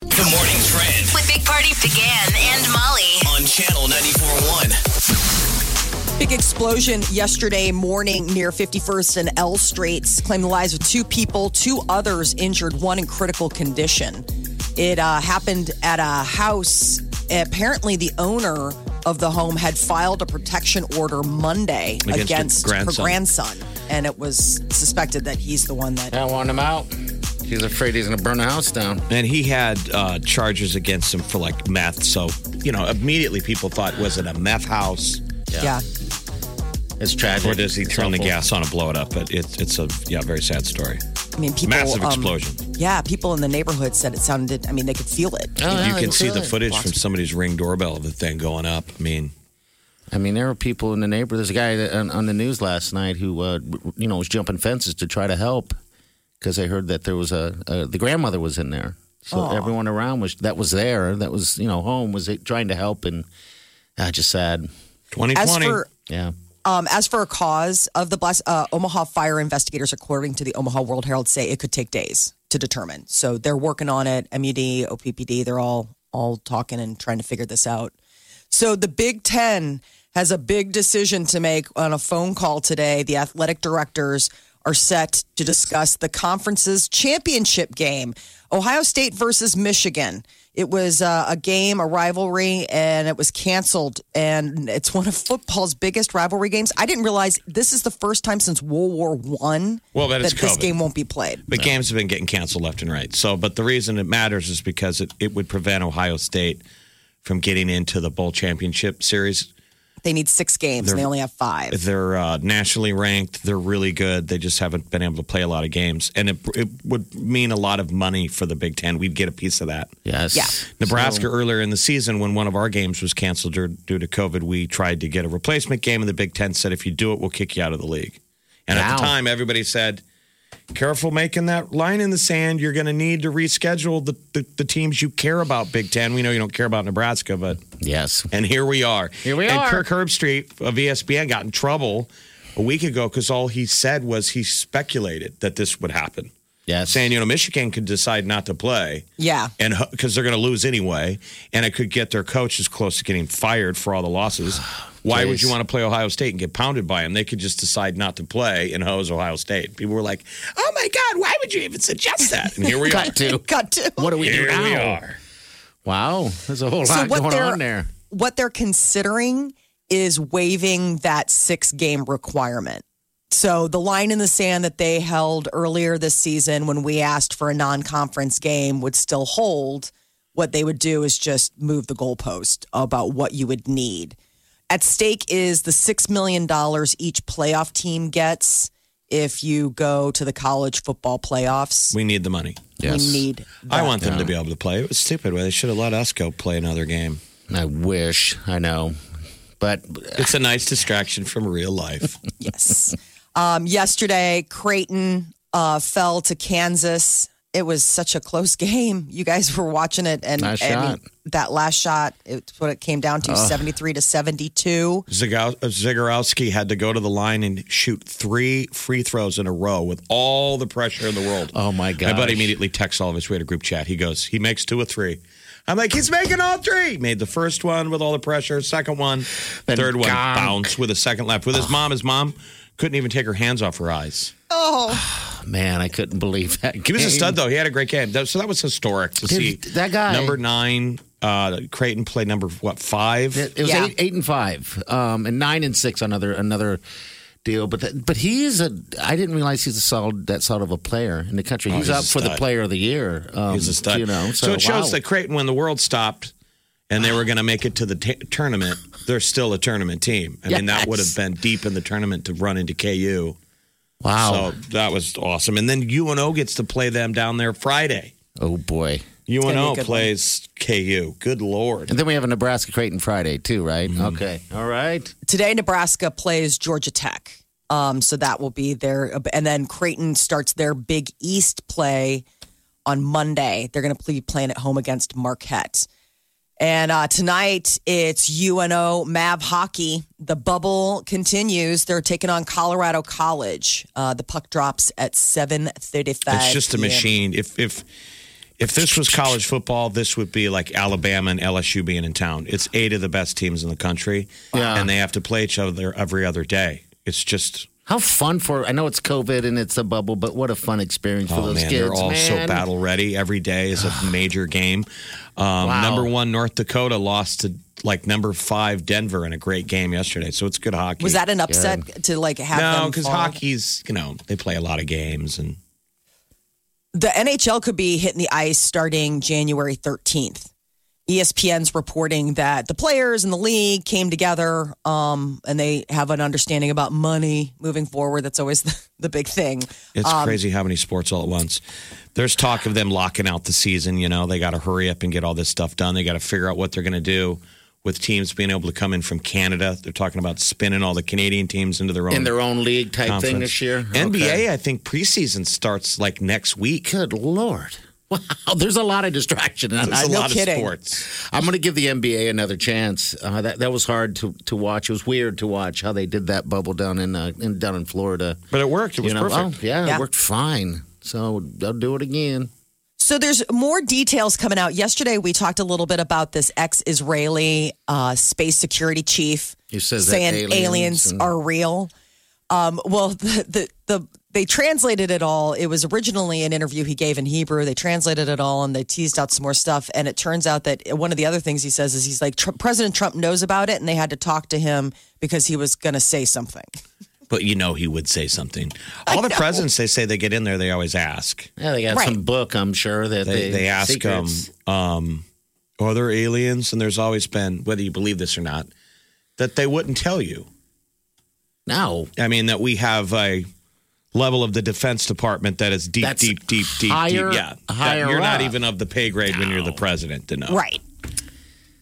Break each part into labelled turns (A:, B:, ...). A: The morning trend
B: with Big Party began and Molly.
A: on channel 94.1.
C: Big explosion yesterday morning near 51st and L Straits claimed the lives of two people, two others injured, one in critical condition. It uh, happened at a house. Apparently, the owner of the home had filed a protection order Monday
D: Against her
C: against, her
D: grandson.
C: grandson, and it was suspected that he's the one that.
E: I want him out. He's afraid he's going to burn the house down.
D: And he had uh, charges against him for like meth. So, you know, immediately people thought, was it a meth house?
C: Yeah.
E: It's tragic.
D: Or does he
E: It's
D: turn the
E: awful.
D: gas on and blow it up? But it, it's a, yeah, very sad story.
C: I mean, people.
D: Massive
C: um,
D: explosion.
C: yeah, people in the neighborhood said it sounded, I mean, they could feel it.
E: Oh, yeah,
D: you
E: I
D: can see the
E: could.
D: footage from somebody's ring doorbell of the thing going up. I mean,
E: I mean, there were people in the neighborhood. There's a guy that, on, on the news last night who, uh, you know, was jumping fences to try to help because they heard that there was a, uh the grandmother was in there. So everyone around was that was there that was you know home was trying to help and ah, just sad.
C: As
D: 2020.
C: for.
E: Yeah,
C: Um, as for a cause of the blast, uh, Omaha fire investigators, according to the Omaha World Herald, say it could take days to determine. So they're working on it. MUD, OPPD, they're all all talking and trying to figure this out. So the Big Ten has a big decision to make on a phone call today. The athletic directors are set to discuss the conference's championship game Ohio State versus Michigan. It was uh, a game, a rivalry, and it was canceled. And it's one of football's biggest rivalry games. I didn't realize this is the first time since World War One
D: Well, that is
C: this
D: COVID.
C: game won't be played.
D: But games have been getting canceled left and right. So, but the reason it matters is because it, it would prevent Ohio State from getting into the bowl championship series.
C: They need six games, and they only have five.
D: They're uh, nationally ranked. They're really good. They just haven't been able to play a lot of games, and it, it would mean a lot of money for the Big Ten. We'd get a piece of that.
E: yes,
C: Yeah.
D: Nebraska earlier in the season, when one of our games was canceled due, due to COVID, we tried to get a replacement game, and the Big Ten said, "If you do it, we'll kick you out of the league." And at the
E: Wow.
D: time, everybody said, "Careful making that line in the sand. You're going to need to reschedule the, the the teams you care about. Big Ten. We know you don't care about Nebraska, but
E: yes.
D: and here we are.
E: Here we
D: and
E: are.
D: Kirk Herbstreit of E ESPN got in trouble a week ago because all he said was he speculated that this would happen,
E: Yes.
D: saying you know Michigan could decide not to play
C: yeah.
D: and because they're going to lose anyway, and it could get their coaches close to getting fired for all the losses. Why would
E: Jeez.
D: you want to play Ohio State and get pounded by them? They could just decide not to play and hose Ohio State. People were like, "Oh my God, why would you even suggest that?" And here we are.
E: Cut to
C: Got two.
E: what do we do
D: Here
E: now?
D: we are.
E: Wow, there's a whole lot going on there.
C: What they're considering is waiving that six game requirement. So the line in the sand that they held earlier this season when we asked for a non conference game would still hold. What they would do is just move the goalpost about what you would need. At stake is the $6 million each playoff team gets if you go to the college football playoffs.
D: We need the money.
E: Yes.
C: We need
D: I want them to be able to play. It was stupid. Well, They should have let us go play another game.
E: I wish. I know. But
D: It's a nice distraction from real life.
C: Yes. Um, yesterday, Creighton uh, fell to Kansas. It was such a close game. You guys were watching it, and
E: Nice
C: I
E: shot.
C: mean, that last shot, it's what it came down to 73 to 72.
D: Ziga- uh, Zagorowski had to go to the line and shoot three free throws in a row with all the pressure in the world.
E: Oh, my
D: God! My buddy
E: gosh.
D: immediately texts all of us. We had a group chat. He goes, he makes two or three. I'm like, he's making all three. Made the first one with all the pressure. Second one, third
E: Then
D: one,
E: gonk.
D: bounce with a second left. With his mom, his mom couldn't even take her hands off her eyes.
E: man, I couldn't believe that.
D: He was a
E: game.
D: stud, though. He had a great game. That- So that was historic to see
E: Dude, that guy-
D: Number nine, uh, Creighton played number what five?
E: It, it was
C: Yeah.
E: eight, eight and five, um, and nine and six. Another another deal, but that, but he's a. I didn't realize he's a solid that solid of a player in the country. he's,
D: Oh, he's
E: up
D: a
E: for the
D: stud.
E: player of the year. Um,
D: He's a stud.
E: You know, so,
D: it shows
E: wow.
D: that Creighton, when the world stopped, and they were going to make it to the t- tournament, they're still a tournament team. I mean, that
E: Yes.
D: would have been deep in the tournament to run into KU.
E: wow.
D: So that was awesome. And then UNO gets to play them down there Friday.
E: oh boy,
C: gonna be a
D: UNO
C: good one.
D: plays KU. Good lord.
E: And then we have a Nebraska Creighton Friday too, right?
D: Mm-hmm.
E: Okay. All right.
C: Today, Nebraska plays Georgia Tech. Um, so that will be their, and then Creighton starts their Big East play on Monday. They're going to be playing at home against Marquette. And uh, tonight it's UNO Mav hockey. The bubble continues. They're taking on Colorado College. Uh, the puck drops at seven thirty-five.
D: It's just a machine. If if if this was college football, this would be like Alabama and LSU being in town. It's eight of the best teams in the country,
E: Yeah.
D: and they have to play each other every other day. It's just
E: How fun for I know it's COVID and it's a bubble, but what a fun experience for
D: oh
E: those
D: man,
E: kids.
D: they're all so
E: man.
D: battle ready. Every day is a major game. Um,
E: Wow.
D: Number one, North Dakota lost to like number five Denver in a great game yesterday. So it's good hockey.
C: Was that an upset to like have
D: no?
C: them
D: Because
C: fall?
D: hockey's you know they play a lot of games and
C: the NHL could be hitting the ice starting January E 13th. ESPN's reporting that the players and the league came together um, and they have an understanding about money moving forward. That's always the, the big thing.
D: It's crazy how many sports all at once. There's talk of them locking out the season. You know, they got to hurry up and get all this stuff done. They got to figure out what they're going to do with teams being able to come in from Canada. They're talking about spinning all the Canadian teams into their own
E: in their own league type thing
D: conference.
E: this year. Okay.
D: NBA, I think preseason starts like next week.
E: Good lord. Wow, there's a lot of distraction. and
D: There's
E: I
D: a
E: know
D: lot
C: kidding.
D: of sports.
E: I'm going to give the NBA another chance. Uh, that that was hard to, to watch. It was weird to watch how they did that bubble down in, uh, in down in Florida.
D: But it worked. It was
E: You know,
D: perfect.
E: oh, yeah,
C: Yeah.
E: it worked fine. So they'll do it again.
C: So there's more details coming out. Yesterday, we talked a little bit about this ex Israeli uh, space security chief
E: He says that
C: saying
E: aliens
C: aliens,
E: and-
C: are real. Um, well, the, the, the, they translated it all. It was originally an interview he gave in Hebrew. They translated it all and they teased out some more stuff. And it turns out that one of the other things he says is he's like, Tr- President Trump knows about it and they had to talk to him because he was going to say something.
D: But you know, he would say something. All the presidents, they say they get in there, they always ask.
E: Yeah, they got
C: Right.
E: some book, I'm sure that
D: they,
E: they,
D: they ask them,
E: secrets.
D: um, are there aliens? And there's always been, whether you believe this or not, that they wouldn't tell you.
E: No,
D: I mean, that we have a level of the Defense Department that is deep,
E: That's
D: deep, deep, deep,
E: higher-
D: deep. Yeah. That
E: higher
D: you're not
E: up.
D: even of the pay grade when you're the president to know.
C: Right.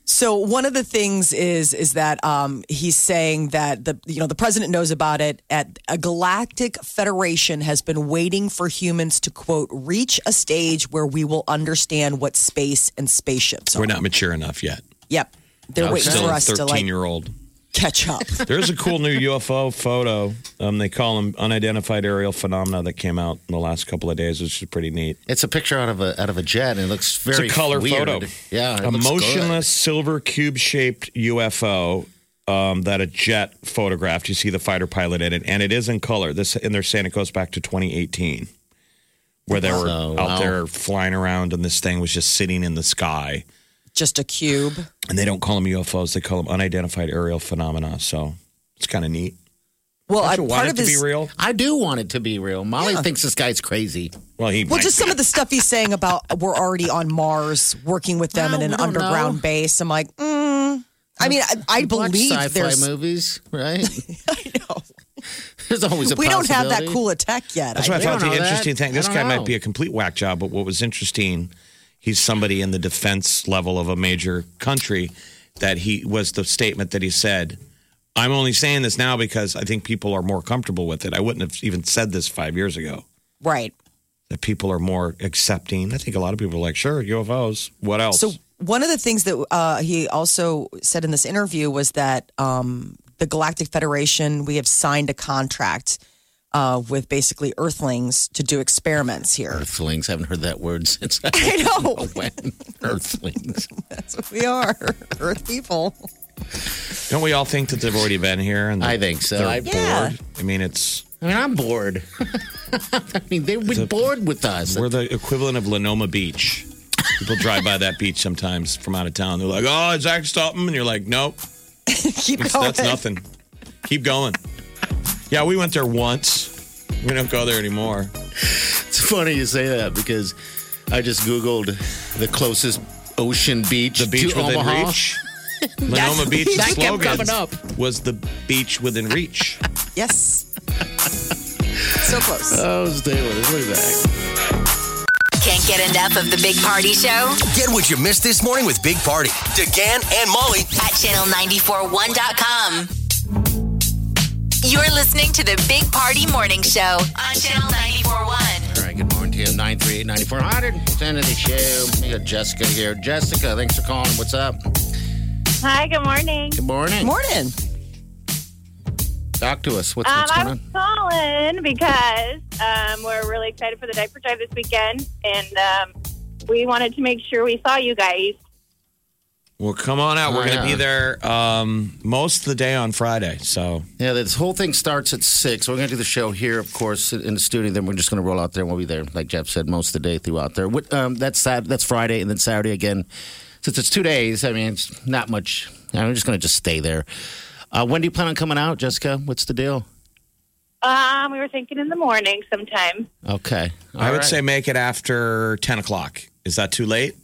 C: So one of the things is is that um, he's saying that the you know the president knows about it. At a galactic federation has been waiting for humans to quote reach a stage where we will understand what space and spaceships are.
D: We're not mature enough yet.
C: Yep, they're
D: I'm
C: waiting
D: still
C: for
D: a
C: us to
D: 13
C: like
D: year old.
C: catch up.
D: There's a cool new UFO photo. Um, they call them unidentified aerial phenomena that came out in the last couple of days, which is pretty neat.
E: it's a picture out of a out of a jet, and it looks
D: It's
E: very
D: a color
E: weird.
D: photo.
E: Yeah, it
D: a
E: looks good.
D: motionless silver cube shaped UFO um, that a jet photographed. You see the fighter pilot in it, and it is in color. This and they're saying it goes back to 2018, where they were
E: Wow.
D: out there flying around, and this thing was just sitting in the sky.
C: Just a cube.
D: And they don't call them UFOs; they call them unidentified aerial phenomena. So it's kind of neat.
C: Well, I,
D: Don't you want
C: part
D: it
C: of
D: to
C: his
D: be real?
E: I do want it to be real. Molly thinks this guy's crazy.
D: Well, he
C: Well,
D: might
C: just
D: be.
C: some of the stuff he's saying about we're already on Mars, working with them
E: Well,
C: in an
E: we don't
C: underground
E: know.
C: base. I'm like, mm. I mean, I, I
E: Watch sci-fi
C: believe there's.
E: movies, right?
C: I know.
E: There's always a
C: We don't have that
E: possibility.
C: cool attack yet.
D: That's why I
E: We
D: thought
E: don't
D: the
E: know that.
D: interesting thing.
E: I
D: This
E: don't
D: guy
E: know.
D: might be a complete whack job, but what was interesting, he's somebody in the defense level of a major country. That he was the statement that he said. I'm only saying this now because I think people are more comfortable with it. I wouldn't have even said this five years ago.
C: right.
D: That people are more accepting. I think a lot of people are like, sure, UFOs. What else?
C: So one of the things that uh, he also said in this interview was that um, the Galactic Federation we have signed a contract uh, with basically Earthlings to do experiments here.
E: Earthlings. haven't heard that word since
C: I know
E: when. Earthlings.
C: that's what we are, Earth people.
D: don't we all think that they've already been here? And
E: I think so.
D: they're
E: I-
C: Yeah.
D: bored. I mean, it's
E: I mean, I'm bored. I mean, they would be bored with us.
D: we're the equivalent of Lenoma Beach. People drive by that beach sometimes from out of town. They're like, "Oh, is Zach stopping?" And you're like, "Nope."
C: Keep going.
D: That's nothing. Keep going. Yeah, we went there once. We don't go there anymore.
E: It's funny you say that because I just Googled the closest ocean beach
D: The beach
E: to
D: within
E: Omaha.
D: reach. Monoma Beach
E: that kept
D: slogan
E: coming up.
D: was the beach within reach.
C: Yes. so close.
E: Oh, stay with us. We'll be back.
B: Can't get enough of the Big Party Show
A: Get what you missed this morning with Big Party, DeGan and Molly
B: at channel941.com. You're listening to the Big Party Morning Show on channel 941.
E: All right, good morning to you. 938 9400. It's end of the show. We got Jessica here. Jessica, thanks for calling. What's up?
F: Hi, good morning.
E: Good morning.
C: Morning.
E: Talk to us. What's,
F: Um,
E: what's
F: I
E: going
F: was
E: on?
F: calling because um, we're really excited for the diaper drive this weekend, and um, we wanted to make sure we saw you guys.
D: Well, come on out. We're
E: Oh,
D: going to
E: yeah.
D: be there um, most of the day on Friday. So
E: Yeah, this whole thing starts at 6. We're going to do the show here, of course, in the studio. Then we're just going to roll out there and we'll be there, like Jeff said, most of the day throughout there. What, um, that's, Sat- that's Friday and then Saturday again. Since it's two days, I mean, it's not much. I'm just going to just stay there. Uh, when do you plan on coming out, Jessica? What's the deal?
F: Um, we were thinking in the morning sometime.
E: Okay.
D: I
E: All
D: would
E: right.
D: say make it after 10 o'clock. Is that too late?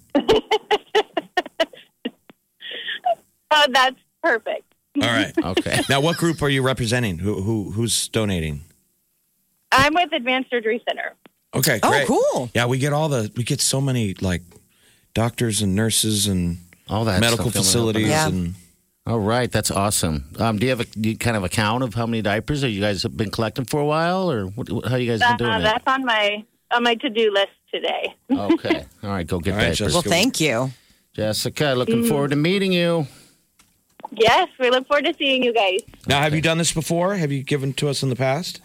F: Oh, that's perfect.
D: All right.
E: Okay.
D: now, what group are you representing? Who, who Who's donating?
F: I'm with Advanced Surgery Center.
D: Okay,
C: Oh,
D: great.
C: cool.
D: Yeah, we get all the, we get so many like doctors and nurses and
E: All that
D: medical
E: stuff coming up.
D: facilities.
C: Yeah.
D: And
E: All right, that's awesome. Um, do you have a do you kind of a count of how many diapers are you guys have been collecting for a while, or what, what, how you guys
F: Uh,
E: been doing it?
F: that's on my on my to do list today.
E: Okay, all right, go get
D: All right,
E: diapers.
D: Jessica.
C: Well, thank you.
E: Jessica, looking forward to meeting you.
F: Yes, we look forward to seeing you guys.
D: now, have you done this before? Have you given to us in the past?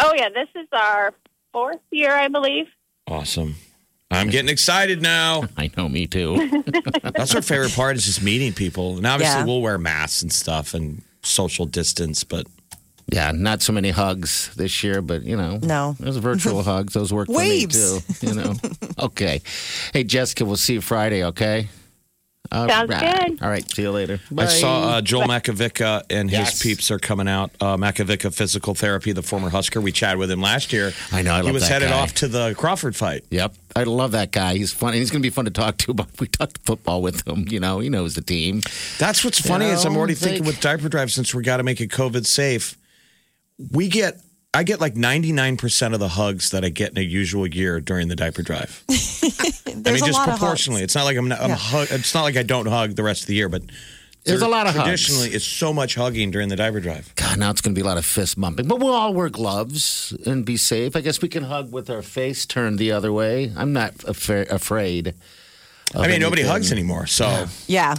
F: Oh yeah, this is our fourth year, I believe.
D: Awesome. I'm getting excited now.
E: I know, me too.
D: That's our favorite part is just meeting people. And obviously,
C: Yeah.
D: we'll wear masks and stuff and social distance, but
E: yeah, not so many hugs this year, but you know,
C: No.
E: those virtual hugs, those work
C: Waves.
E: for me too. You know, okay. Hey, Jessica, we'll see you Friday. Okay. All
F: Sounds
E: right.
F: good.
E: All right, see you later. Bye.
D: I saw uh, Joel Makovica and
E: Yes.
D: his peeps are coming out. Uh, Makovica Physical Therapy, the former Husker. We chatted with him last year.
E: I know, I
D: he
E: love
D: was
E: that
D: headed
E: guy.
D: off to the Crawford fight.
E: Yep. I love that guy. He's fun. He's going to be fun to talk to. But we talked football with him. You know, he knows the team.
D: That's what's funny is I'm
E: know,
D: already
E: like-
D: thinking with diaper drive since we got to make it COVID safe. We get I get like 99% of the hugs that I get in a usual year during the diaper drive. I
C: There's
D: mean,
C: a
D: just
C: lot
D: proportionally.
C: of
D: It's not like I'm not, I'm hug, it's not like I don't hug the rest of the year, but
E: There's a lot of hugs.
D: traditionally it's so much hugging during the diaper drive.
E: God, now it's going to be a lot of fist bumping. But we'll all wear gloves and be safe. I guess we can hug with our face turned the other way. I'm not affa- afraid. of
D: I mean, nobody
E: anything.
D: hugs anymore, so
C: hugs. Yeah.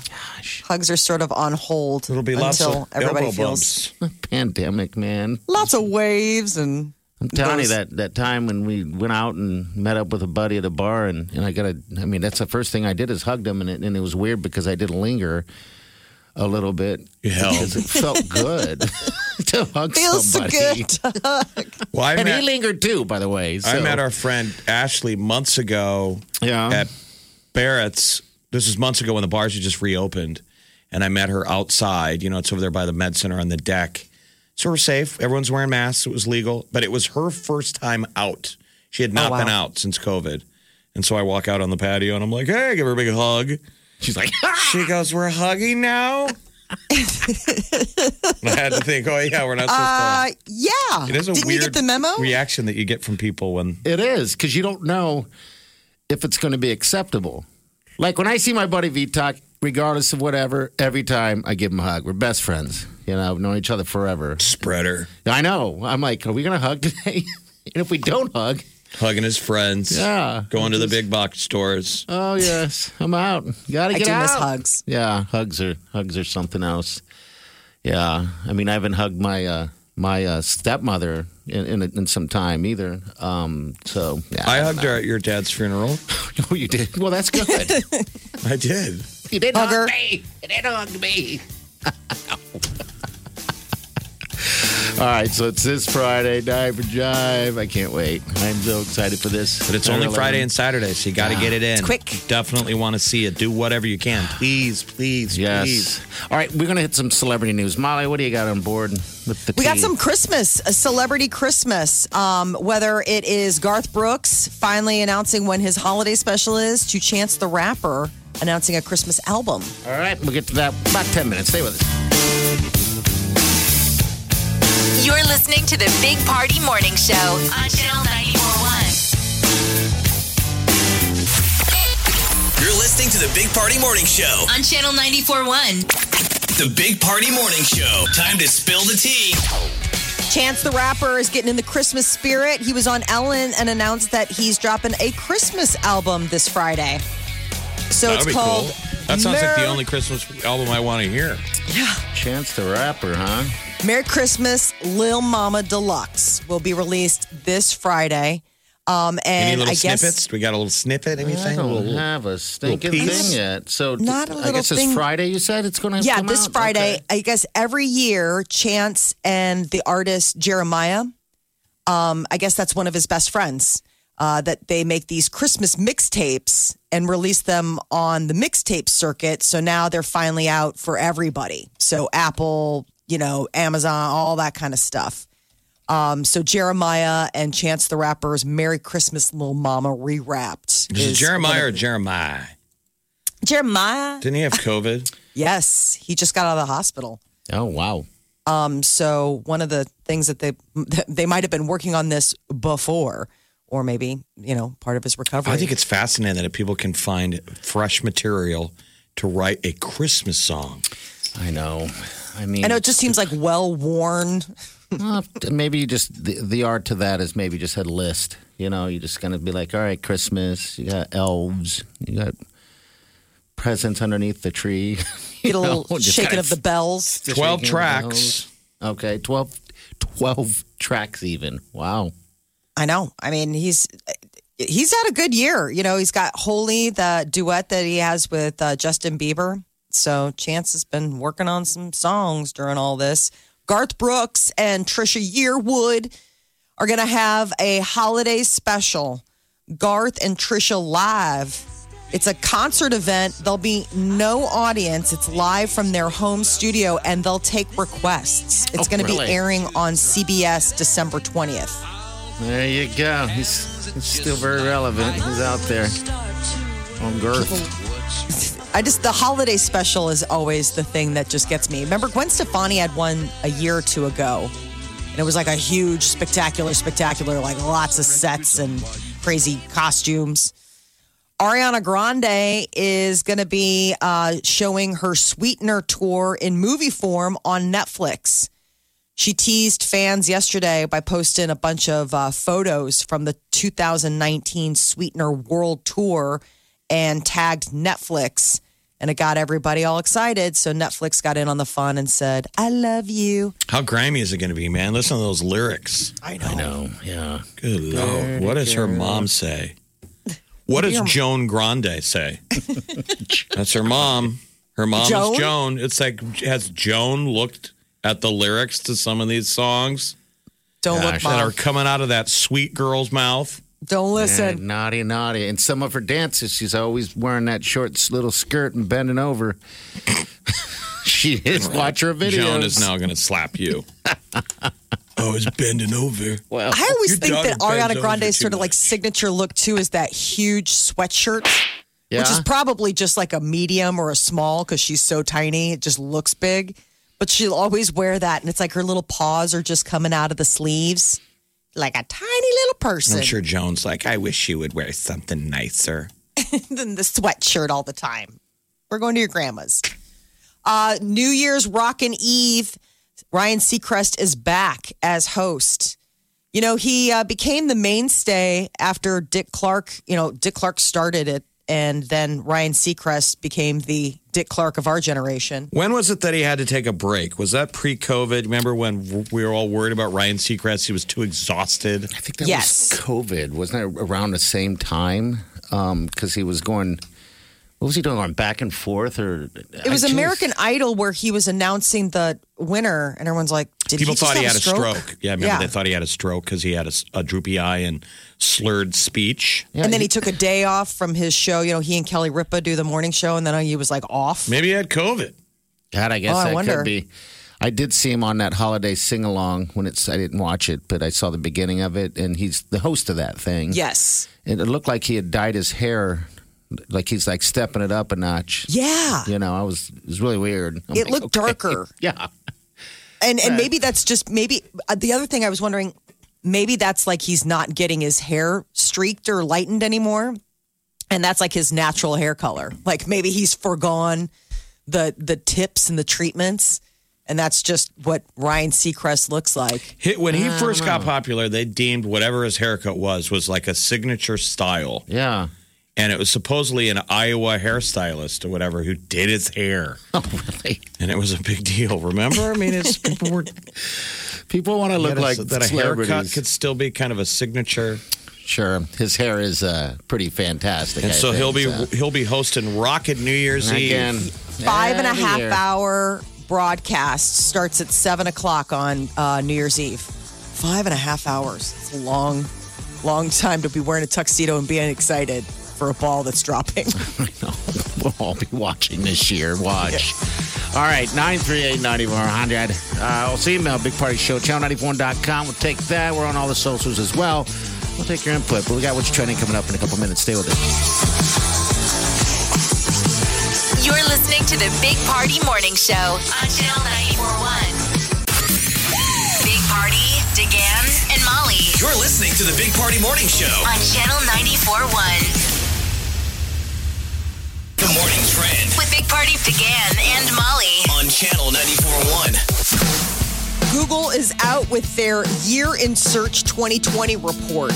C: Hugs are sort of on hold
D: it'll be lots
C: until
D: of
C: everybody
D: elbow
C: feels
D: bumps.
E: Pandemic, man.
C: lots of waves and
E: I'm telling you
C: Those-
E: that that time when we went out and met up with a buddy at a bar, and, and I got a, I mean, that's the first thing I did is hugged him, and it, and it was weird because I did linger a little bit.
D: You held.
E: because it felt good to hug
C: feels so
E: somebody.
C: good.
D: Well, I
E: And
D: met,
E: he lingered too, by the way. So.
D: I met our friend Ashley months ago
E: yeah.
D: at Barrett's. This was months ago when the bars had just reopened, and I met her outside. You know, it's over there by the med center on the deck. So we're safe. Everyone's wearing masks. It was legal, but it was her first time out. She had not
C: Oh, wow.
D: been out since COVID. And so I walk out on the patio and I'm like, hey, give her a big hug.
E: She's like,
D: She goes, we're hugging now. And I had to think, oh, yeah, we're not supposed
C: Uh, yeah.
D: to. It is a
C: Didn't
D: weird
C: you get the memo?
D: reaction that you get from people when
E: it is because you don't know if it's going to be acceptable. Like when I see my buddy Vitok, regardless of whatever, every time I give him a hug, we're best friends. You know, I've known each other forever.
D: spreader
E: I know. I'm like, are we going to hug today? and if we don't hug,
D: hugging his friends,
E: Yeah.
D: going to the big box stores.
E: oh yes, I'm out. Gotta
C: I
E: get
C: do
E: out.
C: miss hugs.
E: Yeah, hugs are hugs are something else. Yeah, I mean, I haven't hugged my uh, my uh, stepmother in, in in some time either. Um, so yeah,
D: I hugged her at your dad's funeral.
E: Oh, you did. Well, that's good.
D: I did.
E: you did
C: Hug her.
E: hug me. You did hug me. All right, so it's this Friday, Dive and Jive. I can't wait. I'm so excited for this.
D: But it's only Friday and Saturday, so you got to get it in.
C: quick.
D: Definitely want to see it. Do whatever you can. Please, please,
E: Yes.
D: please.
E: All right, we're gonna hit some celebrity news. Molly, what do you got on board with the?
C: We got
E: tea?
C: some Christmas, a celebrity Christmas. Um, whether it is Garth Brooks finally announcing when his holiday special is, to Chance the Rapper announcing a Christmas album.
E: All right, we'll get to that in about ten minutes. Stay with us.
B: You're listening to the Big Party Morning Show on channel 941.
A: listening to the Big Party Morning Show.
B: On Channel 94.1.
A: The Big Party Morning Show. Time to spill the tea.
C: Chance the Rapper is getting in the Christmas spirit. He was on Ellen and announced that he's dropping a Christmas album this Friday. So
D: That'd
C: it's
D: be
C: called.
D: cool. That sounds like the
C: Mer-
D: only Christmas album I want to hear.
E: Chance the Rapper, huh?
C: Merry Christmas, Lil Mama Deluxe will be released this Friday. Um, and
D: Any little
C: I guess
D: snippets? We got a little snippet?
E: I
D: Anything? A
E: don't
D: little-
E: have a stinking
D: piece?
E: thing yet. So
C: Not a
E: I
C: little
E: guess it's
C: thing.
E: Friday. You said it's going to
C: yeah,
E: come
C: this
E: out?
C: Friday.
E: Okay.
C: I guess every year, Chance and the artist Jeremiah. Um, I guess that's one of his best friends. Uh, that they make these Christmas mixtapes and release them on the mixtape circuit. So now they're finally out for everybody. So Apple, you know, Amazon, all that kind of stuff. Um, so Jeremiah and Chance the Rapper's "Merry Christmas, Little Mama" rewrapped.
D: Is it
C: is one
D: Jeremiah or
C: of-
D: Jeremiah?
C: Jeremiah?
D: Didn't he have COVID?
C: Yes, he just got out of the hospital.
E: Oh wow.
C: Um, so one of the things that they they might have been working on this before, or maybe you know part of his recovery.
D: I think it's fascinating that people can find fresh material to write a Christmas song.
E: I know. I mean,
C: I know it just seems like well worn.
E: Uh, maybe you just the, the art to that is maybe just a list. You know, you're just gonna be like, all right, Christmas. You got elves. You got presents underneath the tree.
C: Get a little
E: No, just
C: shaking
E: kind
C: of the bells.
E: Just
D: 12
E: making
D: tracks.
E: those. Okay, 12, 12 tracks even. Wow.
C: I know. I mean, he's he's had a good year. You know, he's got "Holy" the duet that he has with uh, Justin Bieber. So Chance has been working on some songs during all this. Garth Brooks and Trisha Yearwood are going to have a holiday special. Garth and Trisha live. It's a concert event. There'll be no audience. It's live from their home studio, and they'll take requests. It's
E: Oh,
C: going to
E: really?
C: be airing on CBS December twentieth.
E: There you go. He's, he's still very relevant. He's out there on girth.
C: I just the holiday special is always the thing that just gets me. Remember Gwen Stefani had one a year or two ago, and it was like a huge, spectacular, spectacular, like lots of sets and crazy costumes. Ariana Grande is going to be uh, showing her Sweetener tour in movie form on Netflix. She teased fans yesterday by posting a bunch of uh, photos from the 2019 Sweetener World Tour and tagged Netflix. And it got everybody all excited. So Netflix got in on the fun and said, I love you.
D: How grimy is it going to be, man? Listen to those lyrics.
E: I know. Yeah.
D: Good lord. What does her mom say? What does Joan Grande say? That's her mom. Her mom
C: Joan?
D: is Joan. It's like, has Joan looked at the lyrics to some of these songs
C: Don't
E: Gosh,
C: look,
D: that
C: mom.
D: are coming out of that sweet girl's mouth?
C: Don't
E: Yeah,
C: listen.
E: naughty, naughty. And some of her dances, she's always wearing that short little skirt and bending over. she is. Watch her videos.
D: Joan is now going to slap you. I was bending over.
E: Well,
C: I always
D: Your
C: think that
D: daughter bends
C: Ariana
D: over
C: Grande's
D: too
C: sort of like
D: much.
C: signature look too is that huge sweatshirt,
E: yeah.
C: which is probably just like a medium or a small because she's so tiny. It just looks big. But she'll always wear that. And it's like her little paws are just coming out of the sleeves like a tiny little person.
D: I'm sure Joan's like, I wish you would wear something nicer.
C: than the sweatshirt all the time. We're going to your grandma's. Uh, New Year's Rockin' Eve, Ryan Seacrest is back as host. You know, he uh, became the mainstay after Dick Clark, you know, Dick Clark started it, and then Ryan Seacrest became the Dick Clark of our generation.
D: When was it that he had to take a break? Was that pre COVID? Remember when we were all worried about Ryan Seacrest? He was too exhausted.
E: I think that
C: Yes.
E: was COVID. Wasn't it around the same time? Because he was going, what was he doing? Going back and forth? or
C: It was American Idol where he was announcing the winner, and everyone's like, did
D: People
C: he just
D: thought he
C: have
D: had a stroke. Yeah, remember
C: Yeah.
D: they thought he had a stroke because he had a, s- a droopy eye and slurred speech.
C: and then he took a day off from his show. You know, he and Kelly Ripa do the morning show, and then he was like off.
D: Maybe he had COVID.
E: God, I guess
C: Oh, I
E: that
C: wonder.
E: could be. I did see him on that holiday sing along when it's. I didn't watch it, but I saw the beginning of it, and he's the host of that thing.
C: Yes.
E: and it looked like he had dyed his hair, like he's like stepping it up a notch.
C: Yeah.
E: You know, I was it was really weird.
G: Oh
E: I'm
C: It
E: like, "Oh,
C: looked darker.
E: Yeah,
C: And and maybe that's just maybe uh, the other thing I was wondering maybe that's like he's not getting his hair streaked or lightened anymore. and that's like his natural hair color. Like maybe he's forgone the the tips and the treatments, and that's just what Ryan Seacrest looks like.
D: He- When he first got popular, they deemed whatever his haircut was was like a signature style,
E: Yeah.
D: and it was supposedly an Iowa hairstylist or whatever who did his hair,
E: Oh, really?
D: and it was a big deal. Remember, I mean, it's people were
E: People want to look
D: that a-
E: like
D: that a haircut
E: celebrities.
D: could still be kind of a signature.
E: Sure, his hair is uh, pretty fantastic.
D: And
E: I
D: so
E: think,
D: he'll be
E: so.
D: he'll be hosting uh, Rocket New Year's Eve.
E: again
C: Five and a
E: every
C: half
E: year.
C: hour broadcast starts at seven o'clock on uh, New Year's Eve. Five and a half hours. It's a long, long time to be wearing a tuxedo and being excited for a ball that's dropping.
E: No, we'll all be watching this year. Watch. All right, 938 9400. Uh, we'll see you, Mel. Big Party Show, channel94.com. We'll take that. We're on all the socials as well. We'll take your input. But we got what's trending coming up in a couple minutes. Stay with us.
B: You're listening to the Big Party Morning Show on Channel 941. Big Party, DeGan, and Molly
A: You're listening to the Big Party Morning Show.
B: on Channel 941
A: The morning trend
B: with Big Party, DeGan, and Molly.
A: on channel 94.1.
C: Google is out with their Year in Search 2020 report.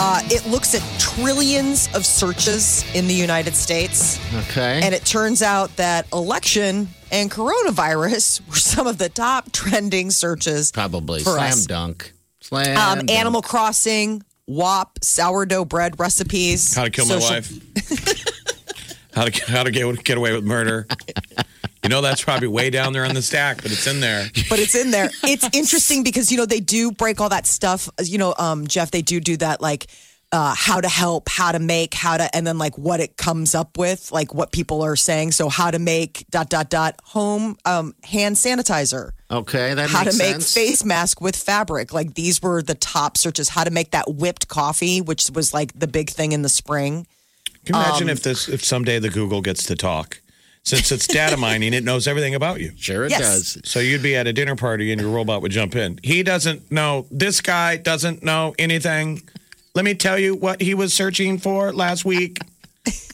C: Uh, it looks at trillions of searches in the United States.
E: Okay.
C: And it turns out that election and coronavirus were some of the top trending searches.
E: Probably.
C: for
E: Slam
C: us.
E: dunk. Slam
C: Um,
E: dunk.
C: Animal Crossing, WAP, sourdough bread recipes.
D: How to kill my
C: social-
D: wife. how to how to get get away with murder. You know that's probably way down there on the stack, but it's in there.
C: but it's in there. It's interesting because you know they do break all that stuff. You know, um, Jeff, they do do that like uh, how to help, how to make, how to, and then like what it comes up with, like what people are saying. So how to make dot dot dot home um, hand sanitizer.
E: Okay, that
C: How to
E: makes
C: make
E: sense.
C: face mask with fabric. Like these were the top searches. How to make that whipped coffee, which was like the big thing in the spring.
D: Can you imagine if this if someday the Google gets to talk, since it's data mining, it knows everything about you.
E: Sure, it
C: Yes.
E: does.
D: So you'd be at a dinner party and your robot would jump in. He doesn't know. This guy doesn't know anything. Let me tell you what he was searching for last week.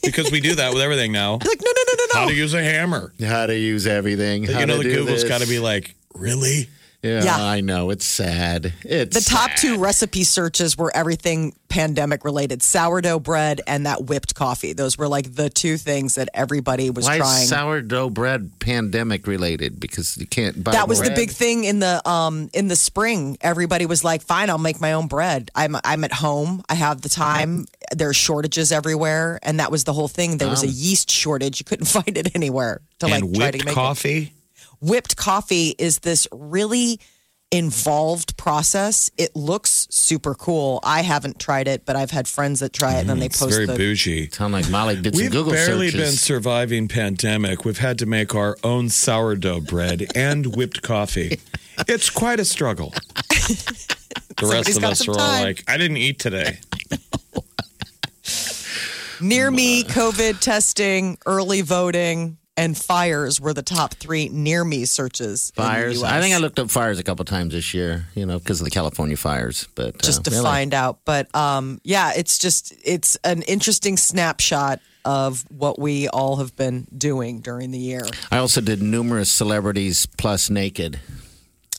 D: Because we do that with everything now.
C: Like no no no no no.
D: How to use a hammer.
E: How to use everything. How
D: you know,
E: to
D: the
E: do
D: Google's
E: this.
D: got to be like, really?
E: Yeah,
C: Yeah.
E: I know. It's sad. It's
C: The top two recipe searches were everything pandemic related sourdough bread and that whipped coffee. Those were like the two things that everybody was
E: Why
C: trying.
E: is sourdough bread pandemic related? Because you can't buy
C: that was the
E: bread.
C: big thing in the um in the spring. Everybody was like, "Fine, I'll make my own bread. I'm I'm at home. I have the time. There are shortages everywhere, and that was the whole thing. There was
E: Um.
C: a yeast shortage. You couldn't find it anywhere to like
D: and
C: try to
D: whipped
C: make it.
D: coffee.
C: whipped coffee is this really involved process. It looks super cool. I haven't tried it, but I've had friends that try it and then
E: Mm,
C: they post
D: Very
C: the
D: bougie.
E: Sound like Molly did some
D: We've
E: Google
D: barely been
E: searches.
D: surviving pandemic. We've had to make our own sourdough bread and whipped coffee. It's quite a struggle. The rest
C: Somebody's
D: of
C: got
D: us
C: some
D: are all
C: time.
D: like, I didn't eat today.
C: near me COVID testing, early voting, and fires were the top three near me searches. in the
E: fires.
C: US.
E: I think I looked up fires a couple times this year, you know, because of the California fires. But
C: just to
E: uh, really,
C: find out. But um, yeah, it's just it's an interesting snapshot of what we all have been doing during the year.
E: I also did numerous celebrities plus naked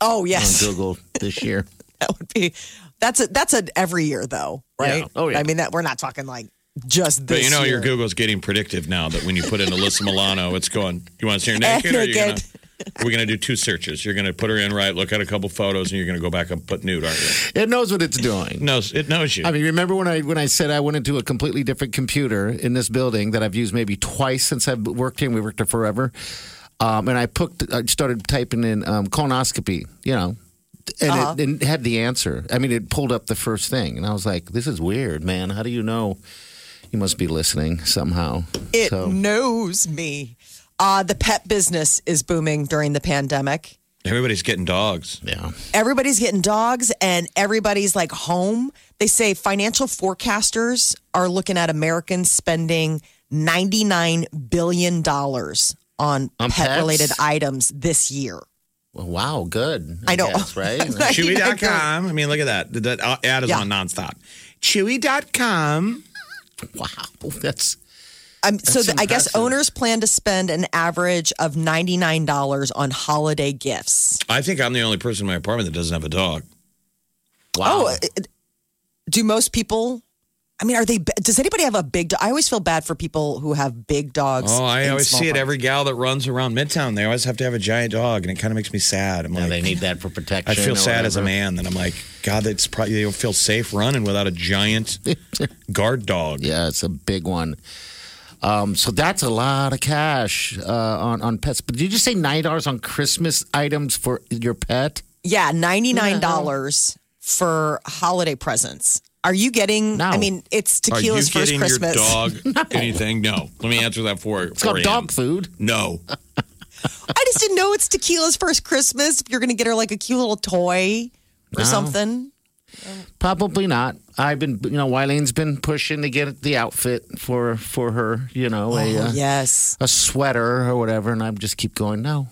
C: Oh
E: on
C: yes.
E: Google this year.
C: that would be that's a that's an every year though, right?
E: Yeah. Oh, yeah.
C: I mean that we're not talking like just this.
D: But you know, your
C: year.
D: Google's getting predictive now that when you put in Alyssa Milano, it's going, you want to see her naked? Or are you gonna,
C: Naked.
D: we're going to do two searches. You're going to put her in right, look at a couple photos, and you're going to go back and put nude, aren't you?
E: It knows what it's doing.
D: It knows, it knows you.
E: I mean, remember when I when I said I went into a completely different computer in this building that I've used maybe twice since I've worked here. and We worked here forever, um, and I put I started typing in um, colonoscopy, you know, and
C: Uh-huh.
E: it, and it had the answer. I mean, it pulled up the first thing, and I was like, "This is weird, man. How do you know? You must be listening somehow."
C: it
E: so-
C: knows me. Uh, the pet business is booming during the pandemic.
D: Everybody's getting dogs.
E: Yeah,
C: Everybody's getting dogs and everybody's like home. They say financial forecasters are looking at Americans spending $99 billion on,
E: On
C: pet related
E: pets?
C: items this year.
E: well, wow, good.
C: I know.
E: guess, right?
D: Chewy.com. I mean, look at that. That ad is
C: Yeah.
D: on nonstop. Chewy.com.
E: Wow, that's
C: Um, so
E: That's
C: th- I guess
E: impressive.
C: owners plan to spend an average of $99 on holiday gifts.
D: I think I'm the only person in my apartment that doesn't have a dog.
E: wow.
C: Oh, it- it- do most people? I mean, are they? Does anybody have a big? do- I always feel bad for people who have big dogs.
D: Oh, I
C: in
D: always
C: small
D: see it.
C: apartments.
D: Every gal that runs around Midtown, they always have to have a giant dog, and it kind of makes me sad. I'm
E: Yeah,
D: like,
E: they need that for protection.
D: I feel
E: or
D: sad as a
E: whatever.
D: man that I'm like, God, that's probably they don't feel safe running without a giant guard dog.
E: Yeah, it's a big one. Um, so that's a lot of cash uh, on on pets. But did you say nine dollars on Christmas items for your pet?
C: Yeah, ninety nine dollars for holiday presents. Are you getting?
E: No.
C: I mean, it's
D: Are you
C: tequila's first
D: getting your
C: Christmas.
D: dog anything? No. Let me answer that for you.
E: It's called dog food.
D: No.
C: I just didn't know it's tequila's first Christmas. You're gonna get her like a cute little toy or something.
E: Probably not. I've been, you know, Wylene's been pushing to get the outfit for for her. You know, a uh,
C: Oh, yes.
E: a sweater or whatever, and I just keep going. No,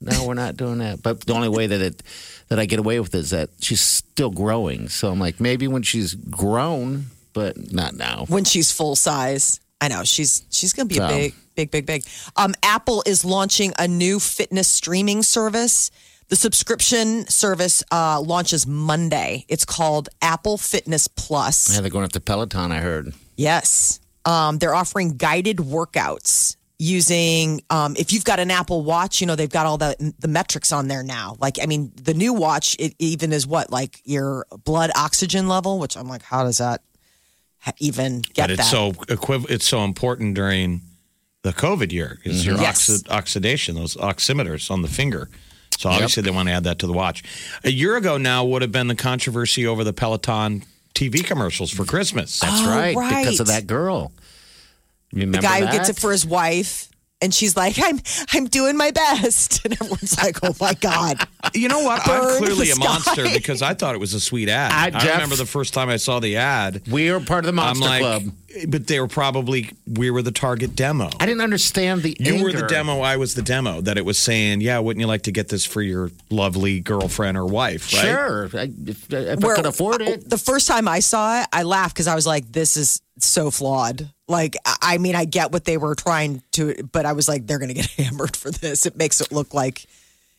E: no, we're not doing that. But the only way that it that I get away with it is that she's still growing. So I'm like, maybe when she's grown, but not now.
C: when she's full size. I know she's she's gonna be a
E: Wow.
C: big, big, big, big. Um, Apple is launching a new fitness streaming service. The subscription service uh, launches Monday. It's called Apple Fitness Plus.
E: Yeah, they're going after Peloton. I heard.
C: Yes, um, they're offering guided workouts using. Um, if you've got an Apple Watch, you know they've got all the the metrics on there now. Like, I mean, the new watch it even is what like your blood oxygen level, which I'm like, how does that ha- even get
D: but
C: that?
D: it's so equiv- it's so important during the COVID year is your
C: Yes.
D: oxi- oxidation, those oximeters on the finger. So obviously they want to add that to the watch. A year ago now would have been the controversy over the Peloton TV commercials for Christmas.
E: That's
C: Oh,
E: right, because of
C: right.
E: that girl. Remember
C: the guy
E: that?
C: who gets it for his wife and she's like i'm i'm doing my best and everyone's like oh my god
D: You know what? I'm
C: Burn
D: clearly
C: the
D: a monster
C: sky.
D: because I thought it was a sweet ad.
E: I-
D: I,
E: Jeff-
D: remember the first time I saw the ad.
E: We are part of the
D: I'm
E: Monster
D: like,
E: Club.
D: but they were probably we were the target demo.
E: I didn't understand the.
D: You were the
E: anger.
D: demo. I was the demo. That it was saying, yeah, wouldn't you like to get this for your lovely girlfriend or wife? Right?
E: Sure, I, if, uh, if I
C: Where-
E: could afford it.
C: the first time i saw it i laughed because i was like this is so flawed like I, I mean i get what they were trying to but i was like they're gonna get hammered for this it makes it look like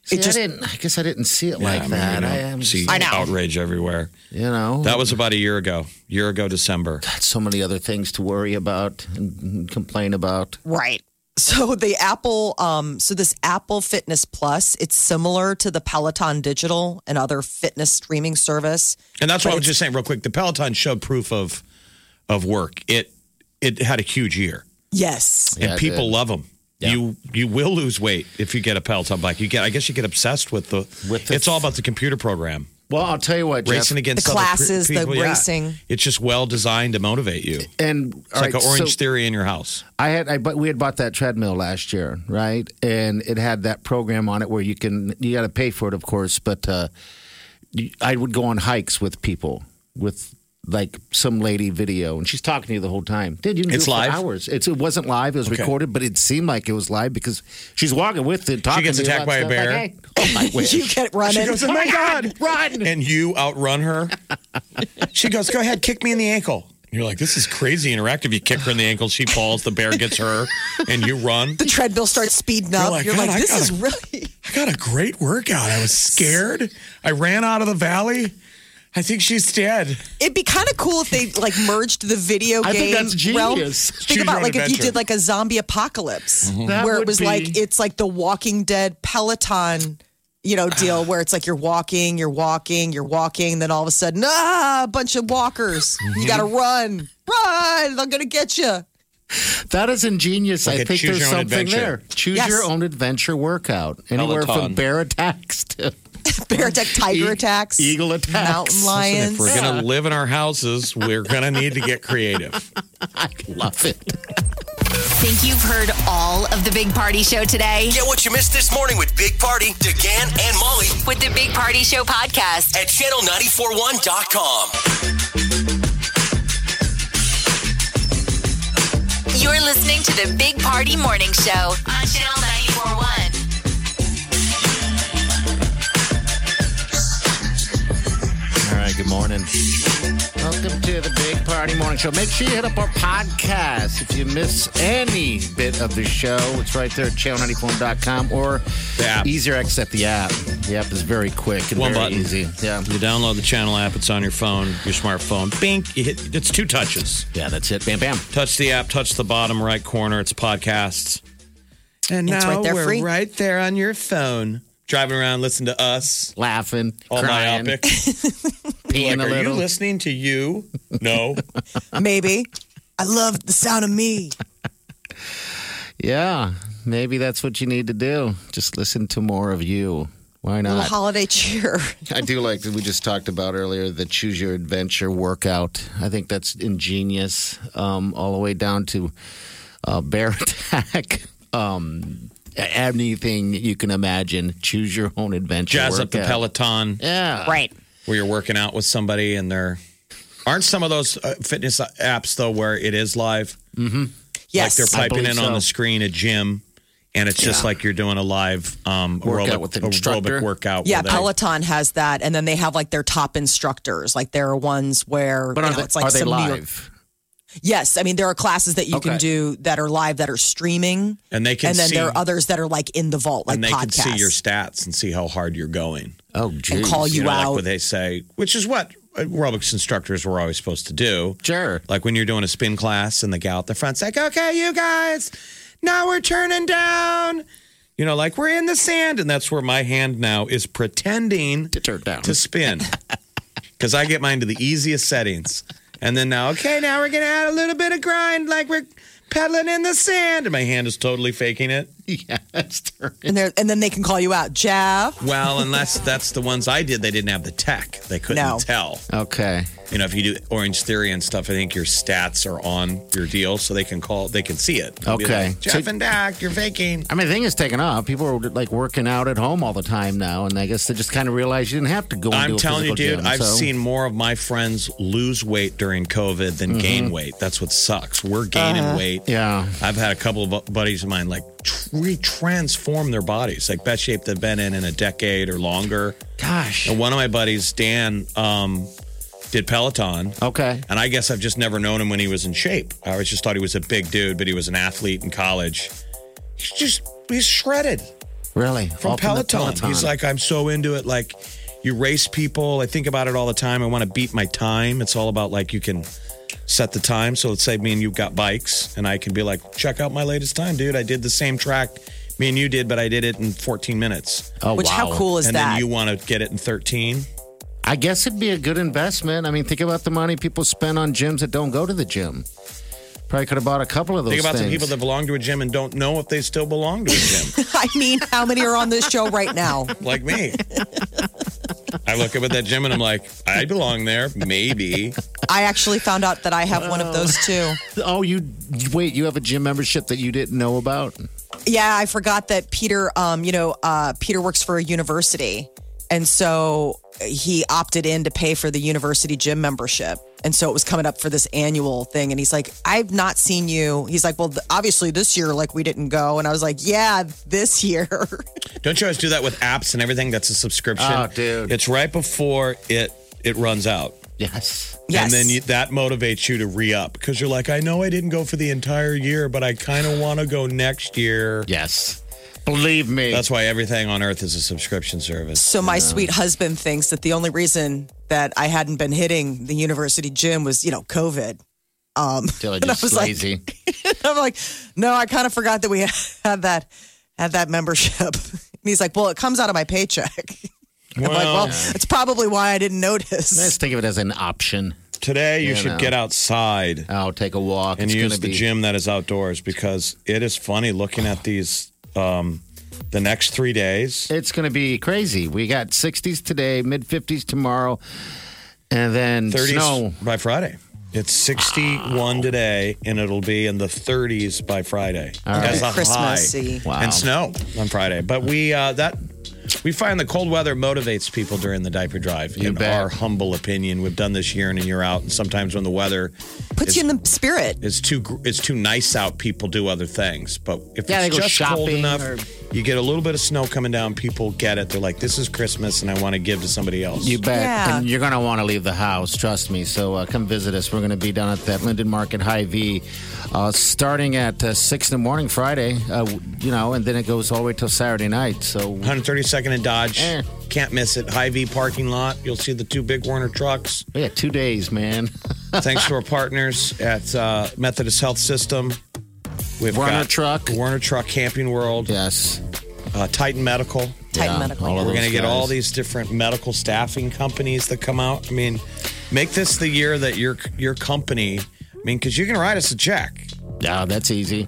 E: See,
C: it just
E: I didn't. I guess I didn't see it
D: Yeah, I
E: like
D: mean,
E: that.
D: you
E: I
D: don't
E: am.
D: see
E: just-
C: I know.
D: outrage everywhere.
E: You know,
D: That was about a year ago. Year ago, December.
E: so many other things to worry about and complain about.
C: Right. So the Apple, um, so this Apple Fitness Plus, it's similar to the Peloton Digital and other fitness streaming service.
D: And that's why I
C: But
D: was just saying real quick. The Peloton showed proof of of work. It it had a huge year,
C: Yes.
E: Yeah,
D: and
E: it
D: people
E: did.
D: love them.
E: Yeah.
D: You you will lose weight if you get a Peloton bike. You get I guess you get obsessed with the.
E: With the-
D: it's all about the computer program
E: Well, I'll tell you what, Jeff,
D: racing against
C: The
D: other pe-
C: classes, the
D: people, yeah.
C: racing.
D: It's just well designed to motivate you. It's
E: and all
D: like
E: right,
D: an Orange
E: so-
D: Theory in your house.
E: I had I but we had bought that treadmill last year, right? And it had that program on it where you can you got to pay for it, of course, but uh, you- I would go on hikes with people with like some lady video and she's talking to you the whole time. Dude, you can do
D: It's
E: it for
D: live?
E: hours. It's it wasn't live, it was
D: Okay.
E: recorded, but it seemed like it was live because she's walking with it talking
D: gets
E: to you
D: attacked
E: about
D: by a
E: stuff.
D: bear.
E: Like, hey, oh, I wish.
C: You get running.
D: "Oh my god,
E: Run.
D: and you outrun her. She goes, "Go ahead, kick me in the ankle." You're like, "This is crazy interactive." You kick her in the ankle, she falls. The bear gets her, and you run.
C: the treadmill starts speeding up.
D: like,
C: You're
D: "God,
C: like,
D: I
C: this is
D: gotta-
C: really.
D: I got a great workout. I was scared. I ran out of the valley. I think she's dead.
C: It'd be kind of cool if they like merged the video game.
E: I think that's
C: realm.
E: genius.
C: Think
D: Choose
C: about
D: your own
C: like if you
D: adventure.
C: did like a zombie apocalypse,
E: That
C: where it
E: would
C: was like
E: be-
C: it's like the Walking Dead Peloton, you know, deal where it's like you're walking, you're walking, you're walking, then all of a sudden, ah, a bunch of walkers. You got to run, run! I'm gonna get you.
E: That is ingenious.
D: Like
E: I
D: a
E: think
D: choose
E: there's
D: your own
E: something
D: adventure.
E: there. Choose
C: Yes.
E: your own adventure workout. Anywhere
D: Peloton.
E: from bear attacks to
C: Bear attack, tiger
E: E-
C: attacks,
E: eagle attacks.
C: mountain
D: If
C: lions.
D: we're gonna live in our houses, we're gonna need to get creative.
E: I love it.
B: Think you've heard all of the Big Party Show today?
A: Get what you missed this morning with Big Party, DeGan and Molly
B: With the Big Party Show podcast,
A: at channel941.com.
B: you're listening to the Big Party Morning Show on Channel 941.
E: All right. Good morning. Welcome to the Big Party Morning Show. Make sure you hit up our podcast if you miss any bit of the show. It's right there at channel94.com or
D: The app.
E: easier except the app. The app is very quick and
D: One
E: very
D: button.
E: easy. Yeah.
D: You download the channel app. It's on your phone, your smartphone. Bing. You hit. It's two touches.
E: Yeah, that's it. Bam, bam.
D: Touch the app. Touch the bottom right corner. It's podcasts. And
C: It's
D: now
C: right there
D: we're
C: free.
D: right there on your phone, driving around. Listen to us.
E: Laughing,
D: All
E: crying,
D: myopic.
E: peeing
D: Like,
E: a
D: are you
E: little.
D: listening to you? No.
C: Maybe. I love the sound of me.
E: yeah, maybe that's what you need to do. Just listen to more of you. Why
C: A little
E: not?
C: holiday cheer.
E: I do like that we just talked about earlier the choose your adventure workout. I think that's ingenious, um, all the way down to uh, bear attack. Um, anything you can imagine, choose your own adventure.
D: Jazz up the
E: workout.
D: Peloton
E: Yeah,
C: Right.
D: where you're working out with somebody and they're. Aren't some of those uh, fitness apps, though, where it is live?
C: Yes.
D: Like they're
E: I
D: piping in
E: believe
D: on
E: so.
D: the screen a gym, and it's just like you're doing a live um,
E: Workout
D: aerobic,
E: with the
D: aerobic
E: instructor.
D: workout.
C: yeah,
D: where they-
C: Peloton has that, and then they have like their top instructors. Like there are ones where
E: But
C: you
E: are,
C: know,
E: they,
C: it's like
E: are they
C: some New York-
E: live?
C: Yes, I mean there are classes that you can
E: Okay.
C: do that are live that are streaming,
D: And they can
C: and then
D: see-
C: there are others that are like in the vault, like
D: and they can
C: podcasts.
D: see your stats and see how hard you're going.
E: Oh, geez.
C: call you
D: know,
C: out.
D: like what they say, which is what aerobics instructors were always supposed to do.
E: Sure.
D: Like when you're doing a spin class and the gal at the front's like, okay, you guys, now we're turning down. You know, like we're in the sand. And that's where my hand now is pretending
E: To turn down.
D: to spin because I get mine to the easiest settings. And then now, okay, now we're going to add a little bit of grind like we're pedaling in the sand. And my hand is totally faking it.
E: yeah, that's terrible.
C: and they're- and then they can call you out, Jeff.
D: Well, unless that's the ones I did, they didn't have the tech. They couldn't
C: No.
D: tell.
E: Okay.
D: You know, if you do Orange Theory and stuff, I think your stats are on your deal, so they can call, they can see it. They'll be
E: Okay.
D: like, Jeff and Dak, you're faking.
E: I mean, the thing is taking off. People are like working out at home all the time now, and I guess they just kind of realize you didn't have to go. and
D: I'm
E: do a
D: telling you,
E: physical
D: dude,
E: gym,
D: I've
E: so-
D: seen more of my friends lose weight during COVID than gain weight. That's what sucks. We're gaining weight.
E: Mm-hmm. Yeah.
D: I've had a couple of bu- buddies of mine like tr- transform their bodies, like best shape they've been in in a decade or longer.
E: Gosh.
D: And one of my buddies, Dan, um, did Peloton.
E: Okay.
D: And I guess I've just never known him when he was in shape. I always just thought he was a big dude, but he was an athlete in college. He's just he's shredded
E: Really?
D: from
E: All the
D: Peloton. He's like, I'm so into it. Like you race people. I think about it all the time. I want to beat my time. It's all about like you can set the time. So let's say me and you got bikes, and I can be like, check out my latest time, dude. I did the same track me and you did, but I did it in 14 minutes.
E: oh,
C: Which how
E: wow.
C: cool is
D: and
C: that?
D: then you want to get it in 13.
E: I guess it'd be a good investment. I mean, think about the money people spend on gyms that don't go to the gym. Probably could have bought a couple of those.
D: Think about the
E: things.
D: people that belong to a gym and don't know if they still belong to a gym.
C: I mean, how many are on this show right now?
D: like me. I look up at that gym and I'm like, I belong there, maybe.
C: I actually found out that I have one of those too.
E: Oh, you wait. You have a gym membership that you didn't know about.
C: Yeah, I forgot that Peter, um, you know, uh, Peter works for a university. And so he opted in to pay for the university gym membership. And so it was coming up for this annual thing. And he's like, I've not seen you. He's like, Well, th- obviously this year, like, we didn't go. And I was like, Yeah, this year.
D: Don't you always do that with apps and everything? That's a subscription.
E: Oh, dude.
D: It's right before it it runs out.
E: Yes.
C: yes.
D: And then you, that motivates you to re up because you're like, I know I didn't go for the entire year, but I kind of want to go next year.
E: Yes. Believe me.
D: That's why everything on earth is a subscription service.
C: so my sweet husband thinks that the only reason that I hadn't been hitting the university gym was, you know, COVID.
E: Till I
C: And I
E: just
C: was like-
E: lazy.
C: I'm like, no, I kind of forgot that we had that had that membership. And he's like, well, it comes out of my paycheck. I'm like, well, it's probably why I didn't
E: Let's
C: notice.
E: think of it as an option.
D: today you,
E: You
D: should
E: know.
D: get outside
E: I'll take a walk.
D: and
E: it's
D: use
E: gonna
D: the
E: be,
D: gym that is outdoors because it is funny looking at these um, the next three days.
E: It's going to be crazy. We got 60s today, mid 50s tomorrow, and then
D: 30s
E: snow.
D: by Friday. It's 61 today, and it'll be in the 30s by Friday. That's a
C: Christmassy.
D: high. And snow on Friday. But we uh, that we find the cold weather motivates people during the diaper drive.
E: You
D: in
E: bet.
D: our humble opinion, we've done this year in and year out. And sometimes when the weather
C: Puts you in the spirit.
D: is too gr- is too nice out, people do other things. But if
E: Yeah, they
D: it's
E: go
D: just cold
E: shopping
D: enough,
E: or-
D: You get a little bit of snow coming down. People get it. They're like, this is Christmas and I want to give to somebody else.
E: You bet.
C: Yeah.
E: And you're going to want to leave the house, trust me. So uh, come visit us. We're going to be down at that Linden Market High V uh, starting at uh, 6 in the morning Friday, uh, w- you know, and then it goes all the way till Saturday night. So
D: 132nd and Dodge.
E: Eh.
D: Can't miss it. High V parking lot. You'll see the two big Warner trucks.
E: yeah, two days, man.
D: Thanks to our partners at uh, Methodist Health System. We've
E: Werner
D: got
E: Truck.
D: Warner Truck, Camping World,
E: yes.
D: uh, Titan Medical.
C: Titan
E: Yeah,
C: Medical.
E: all of
D: We're
E: those
D: going to get all
E: guys.
D: these different medical staffing companies that come out. I mean, make this the year that your your company. I mean, because you can write us a check.
E: Yeah, that's easy.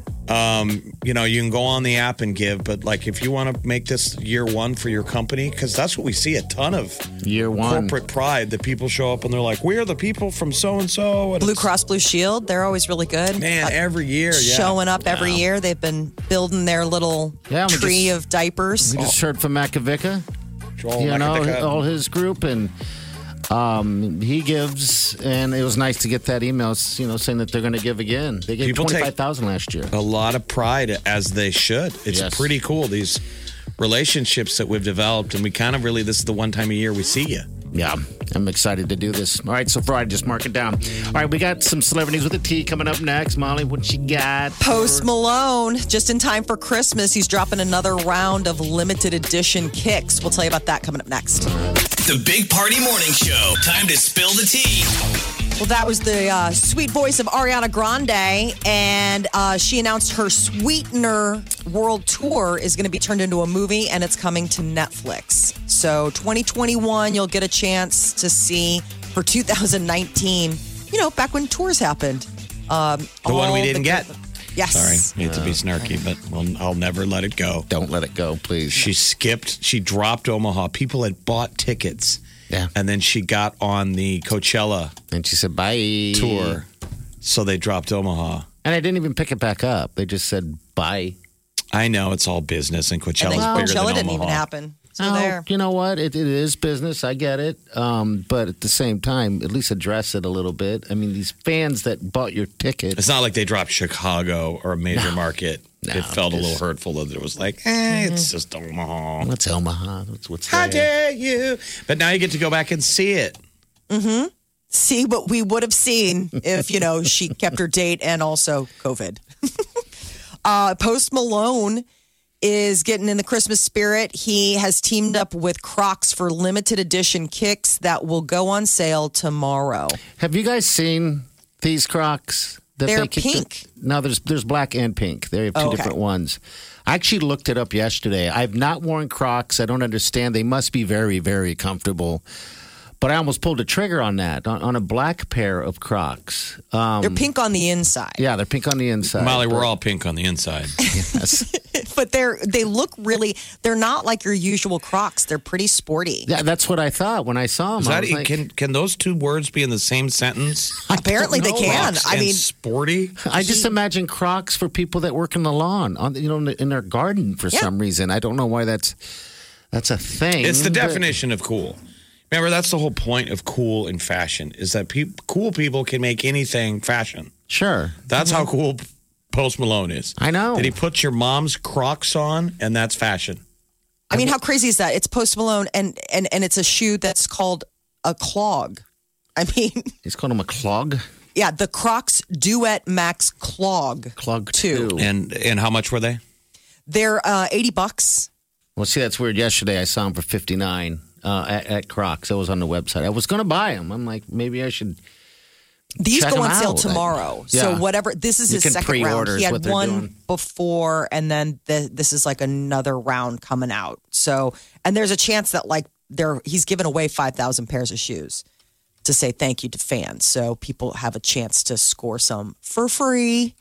D: You know, you can go on the app and give, but like if you want to make this year one for your company, because that's what we see a ton of
E: Year one.
D: corporate pride that people show up and they're like, "We are the people from so and so."
C: Blue Cross Blue Shield, they're always really good.
D: Man,
C: About
D: every year, yeah.
C: Showing up every year. They've been building their little
E: Yeah, we
C: tree
E: just-
C: of diapers.
E: We just heard from Makovica.
D: Joel
E: you
D: Makatika.
E: know, all his group, and um, he gives. And it was nice to get that email, you know, saying that they're going to give again. They gave
D: People
E: twenty
D: take-
E: five thousand last year.
D: a lot of pride as they should. It's
E: Yes.
D: pretty cool these relationships that we've developed and we kind of really this is the one time a year we see you.
E: Yeah, I'm excited to do this. All right, so Friday, just mark it down. All right, we got some celebrities with a T coming up next. Molly, what you got?
C: Post Malone, just in time for Christmas, he's dropping another round of limited edition kicks. We'll tell you about that coming up next.
A: The Big Party Morning Show. Time to spill the tea.
C: Well, that was the uh, sweet voice of Ariana Grande, and uh, she announced her Sweetener World Tour is going to be turned into a movie, and it's coming to Netflix. So, 2021, you'll get a chance to see her 2019. You know, back when tours happened. Um,
D: The one we
C: all
D: didn't get.
C: Yes.
D: Sorry, hate to be snarky, but we'll, I'll never let it go.
E: Don't let it go, please.
D: She skipped, she dropped Omaha. People had bought tickets.
E: Yeah.
D: And then she got on the Coachella
E: And she said bye.
D: tour. So they dropped Omaha.
E: And I didn't even pick it back up. They just said bye.
D: I know it's all business and
C: And
D: Coachella's
C: then
D: bigger
C: Coachella
D: than
C: didn't
D: Omaha.
C: even happen. So,
E: Oh,
C: there.
E: You know what? It, it is business. I get it. Um, but at the same time, at least address it a little bit. I mean, these fans that bought your ticket.
D: It's not like they dropped Chicago or a major market. it felt a little hurtful that it was like, eh,
C: Mm-hmm.
D: it's just Omaha.
E: What's Omaha? What's what's
D: How dare
E: there?
D: you? But now you get to go back and see it.
C: see what we would have seen if you know she kept her date and also COVID. uh, Post Malone is getting in the Christmas spirit. He has teamed up with Crocs for limited edition kicks that will go on sale tomorrow.
E: Have you guys seen these Crocs? That
C: They're
E: kicked
C: pink. Oh,
E: the- no, there's there's black and pink. They have two
C: Okay.
E: different ones. I actually looked it up yesterday. I've not worn Crocs. I don't understand. They must be very very comfortable. But I almost pulled a trigger on that on, on a black pair of Crocs. Um,
C: They're pink on the inside,
E: yeah, they're pink on the inside.
D: Molly, we're all pink on the inside.
E: Yes.
C: but they're they look really. They're not like your usual Crocs. They're pretty sporty.
E: Yeah, that's what I thought when I saw them.
D: Is
E: I
D: that,
E: was like,
D: can can those two words be in the same sentence?
C: Apparently they
E: know.
C: can.
D: Crocs
C: I
D: and
C: mean,
D: sporty.
E: I just imagine Crocs for people that work in the lawn, on you know, in, the, in their garden for
C: Yeah.
E: some reason. I don't know why that's that's a thing.
D: It's the
E: but-
D: definition of cool. Remember, that's the whole point of cool in fashion is that peop cool people can make anything fashion.
E: Sure.
D: That's
C: Mm-hmm.
D: how cool Post Malone is.
E: I know.
D: That he puts your mom's Crocs on, and that's fashion.
C: I mean, how crazy is that? It's Post Malone, and and and it's a shoe that's called a clog. I mean,
E: He's called him a clog.
C: yeah, the Crocs Duet Max Clog.
E: Clog
C: Two.
E: two.
D: And and how much were they?
C: They're uh, eighty bucks.
E: Well, see, that's weird. Yesterday, I saw him for fifty nine uh, at, at Crocs. I was on the website. I was going to buy him. I'm like, maybe I should.
C: These
E: Check
C: go on
E: them
C: sale
E: out.
C: tomorrow.
E: Yeah.
C: So whatever, this is
E: You
C: his
E: can
C: second round.
E: pre-order is
C: He
E: what
C: had
E: they're
C: one
E: doing.
C: before, and then the, this is like another round coming out. So, and there's a chance that like there, he's given away five thousand pairs of shoes to say thank you to fans. So people have a chance to score some for free.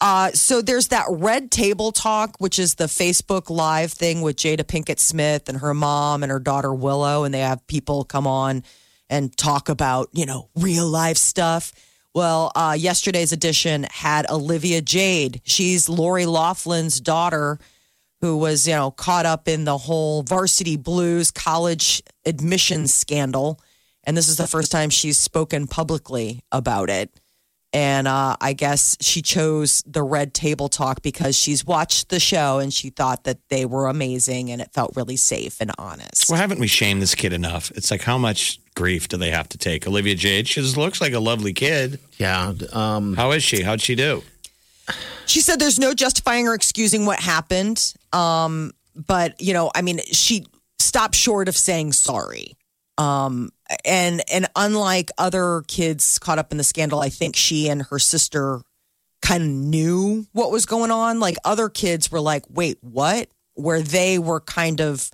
C: Uh, so there's that red table talk, which is the Facebook Live thing with Jada Pinkett Smith and her mom and her daughter Willow, and they have people come on and talk about you know real life stuff. Well, uh, yesterday's edition had Olivia Jade. She's Lori Laughlin's daughter, who was you know caught up in the whole Varsity Blues college admissions scandal, and this is the first time she's spoken publicly about it. And uh, I guess she chose the Red Table Talk because she's watched the show and she thought that they were amazing and it felt really safe and honest.
D: Well, haven't we shamed this kid enough? It's like, how much grief do they have to take? Olivia Jade, she just looks like a lovely kid.
E: Yeah. Um,
D: How is she? How'd she do?
C: She said there's no justifying or excusing what happened. Um, but you know, I mean, she stopped short of saying sorry. Um, and and unlike other kids caught up in the scandal, I think she and her sister kind of knew what was going on. Like other kids were like, "Wait, what?" Where they were kind of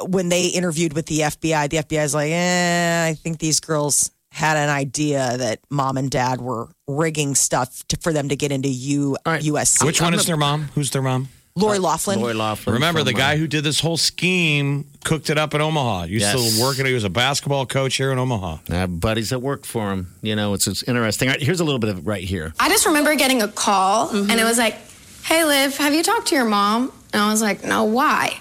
C: when they interviewed with the FBI, the FBI is like, eh, I think these girls had an idea that mom and dad were rigging stuff to, for them to get into U-
E: All right.
C: USC.
D: Which one is their mom? Who's their mom?
C: Lori Laughlin.
E: Lori Loughlin
D: Remember, the
E: from, uh,
D: guy who did this whole scheme cooked it up in Omaha. Used
E: Yes.
D: to work at, he was a basketball coach here in Omaha.
E: I have buddies that work for him. You know, it's, it's interesting. All right, here's a little bit of it right here.
H: I just remember getting a call and it was like, Hey Liv, have you talked to your mom? And I was like, No, why?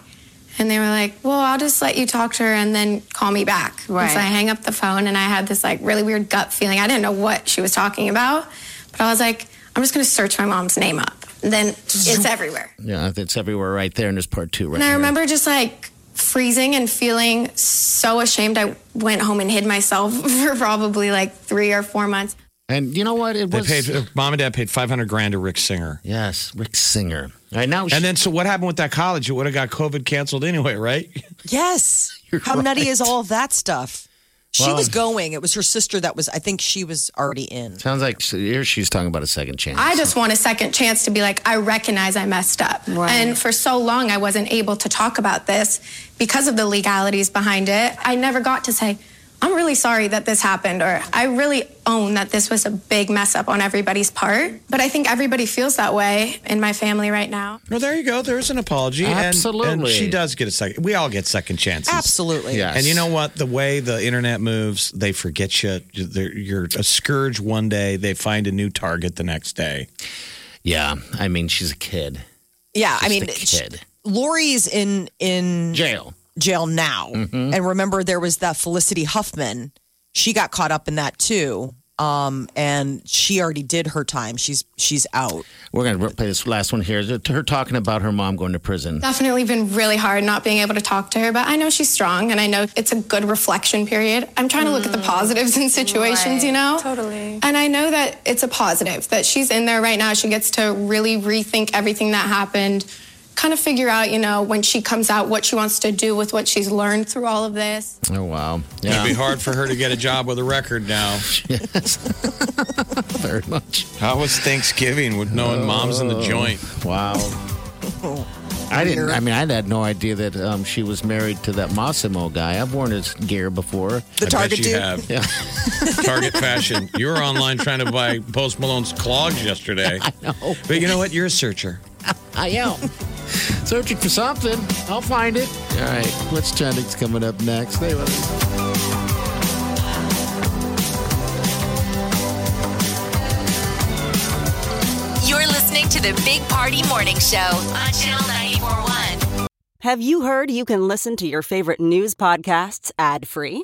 H: And they were like, Well, I'll just let you talk to her and then call me back. And
I: Right.
H: So I hang up the phone and I had this like really weird gut feeling. I didn't know what she was talking about, but I was like, I'm just gonna search my mom's name up. And then it's everywhere.
E: Yeah, it's everywhere right there, and there's part two right
H: And I
E: here.
H: remember just like freezing and feeling so ashamed. I went home and hid myself for probably like three or four months.
E: And you know what? It
D: They
E: was.
D: paid, her mom and dad paid 500 grand to Rick Singer.
E: yes, Rick Singer. All right, now
D: And then, so what happened with that college? It would have got COVID canceled anyway, right?
C: Yes. How nutty is all of that stuff? She was going. It was her sister that was, I think she was already in.
E: sounds like she- here she's talking about a second chance.
H: I just want a second chance to be like, I recognize I messed up. And for so long, I wasn't able to talk about this because of the legalities behind it. I never got to say, I'm really sorry that this happened, or I really own that this was a big mess up on everybody's part. But I think everybody feels that way in my family right now.
D: Well, there you go. There's an apology. And- And,
E: Absolutely.
D: she does get a second. We all get second chances.
C: Absolutely.
E: Yes.
D: And you know what? The way the internet moves, they forget you. They're, you're a scourge one day. They find a new target the next day.
E: Yeah, I mean, she's a kid.
C: Yeah. I
E: Just
C: mean,
E: a kid.
C: Lori's in, in
E: Jail.
C: jail now. And remember, there was that Felicity Huffman. She got caught up in that too. Um, and she already did her time. She's she's out.
E: We're going to play this last one here. Her talking about her mom going to prison.
H: Definitely been really hard not being able to talk to her, but I know she's strong and I know it's a good reflection period. I'm trying to look at the positives in situations, you know? Totally. And I know that it's a positive that she's in there right now. She gets to really rethink everything that happened, kind of figure out, you know, when she comes out what she wants to do with what she's learned through all of this.
E: Oh, wow.
D: It'd be
E: Yeah,
D: hard for her to get a job with a record now.
E: very much.
D: How was Thanksgiving with knowing mom's in the joint?
E: Wow. I didn't. I mean, I had no idea that um, she was married to that Massimo guy. I've worn his gear before.
C: The
D: I bet
C: target
D: you
C: dude.
D: have. Target fashion. You were online trying to buy Post Malone's clogs yesterday. I know. But you know what? You're a searcher.
E: I am searching for something. I'll find it. All right, what's trending's coming up next? Stay with us.
B: You're listening to the Big Party Morning Show on Channel 941.
J: Have you heard you can listen to your favorite news podcasts ad free?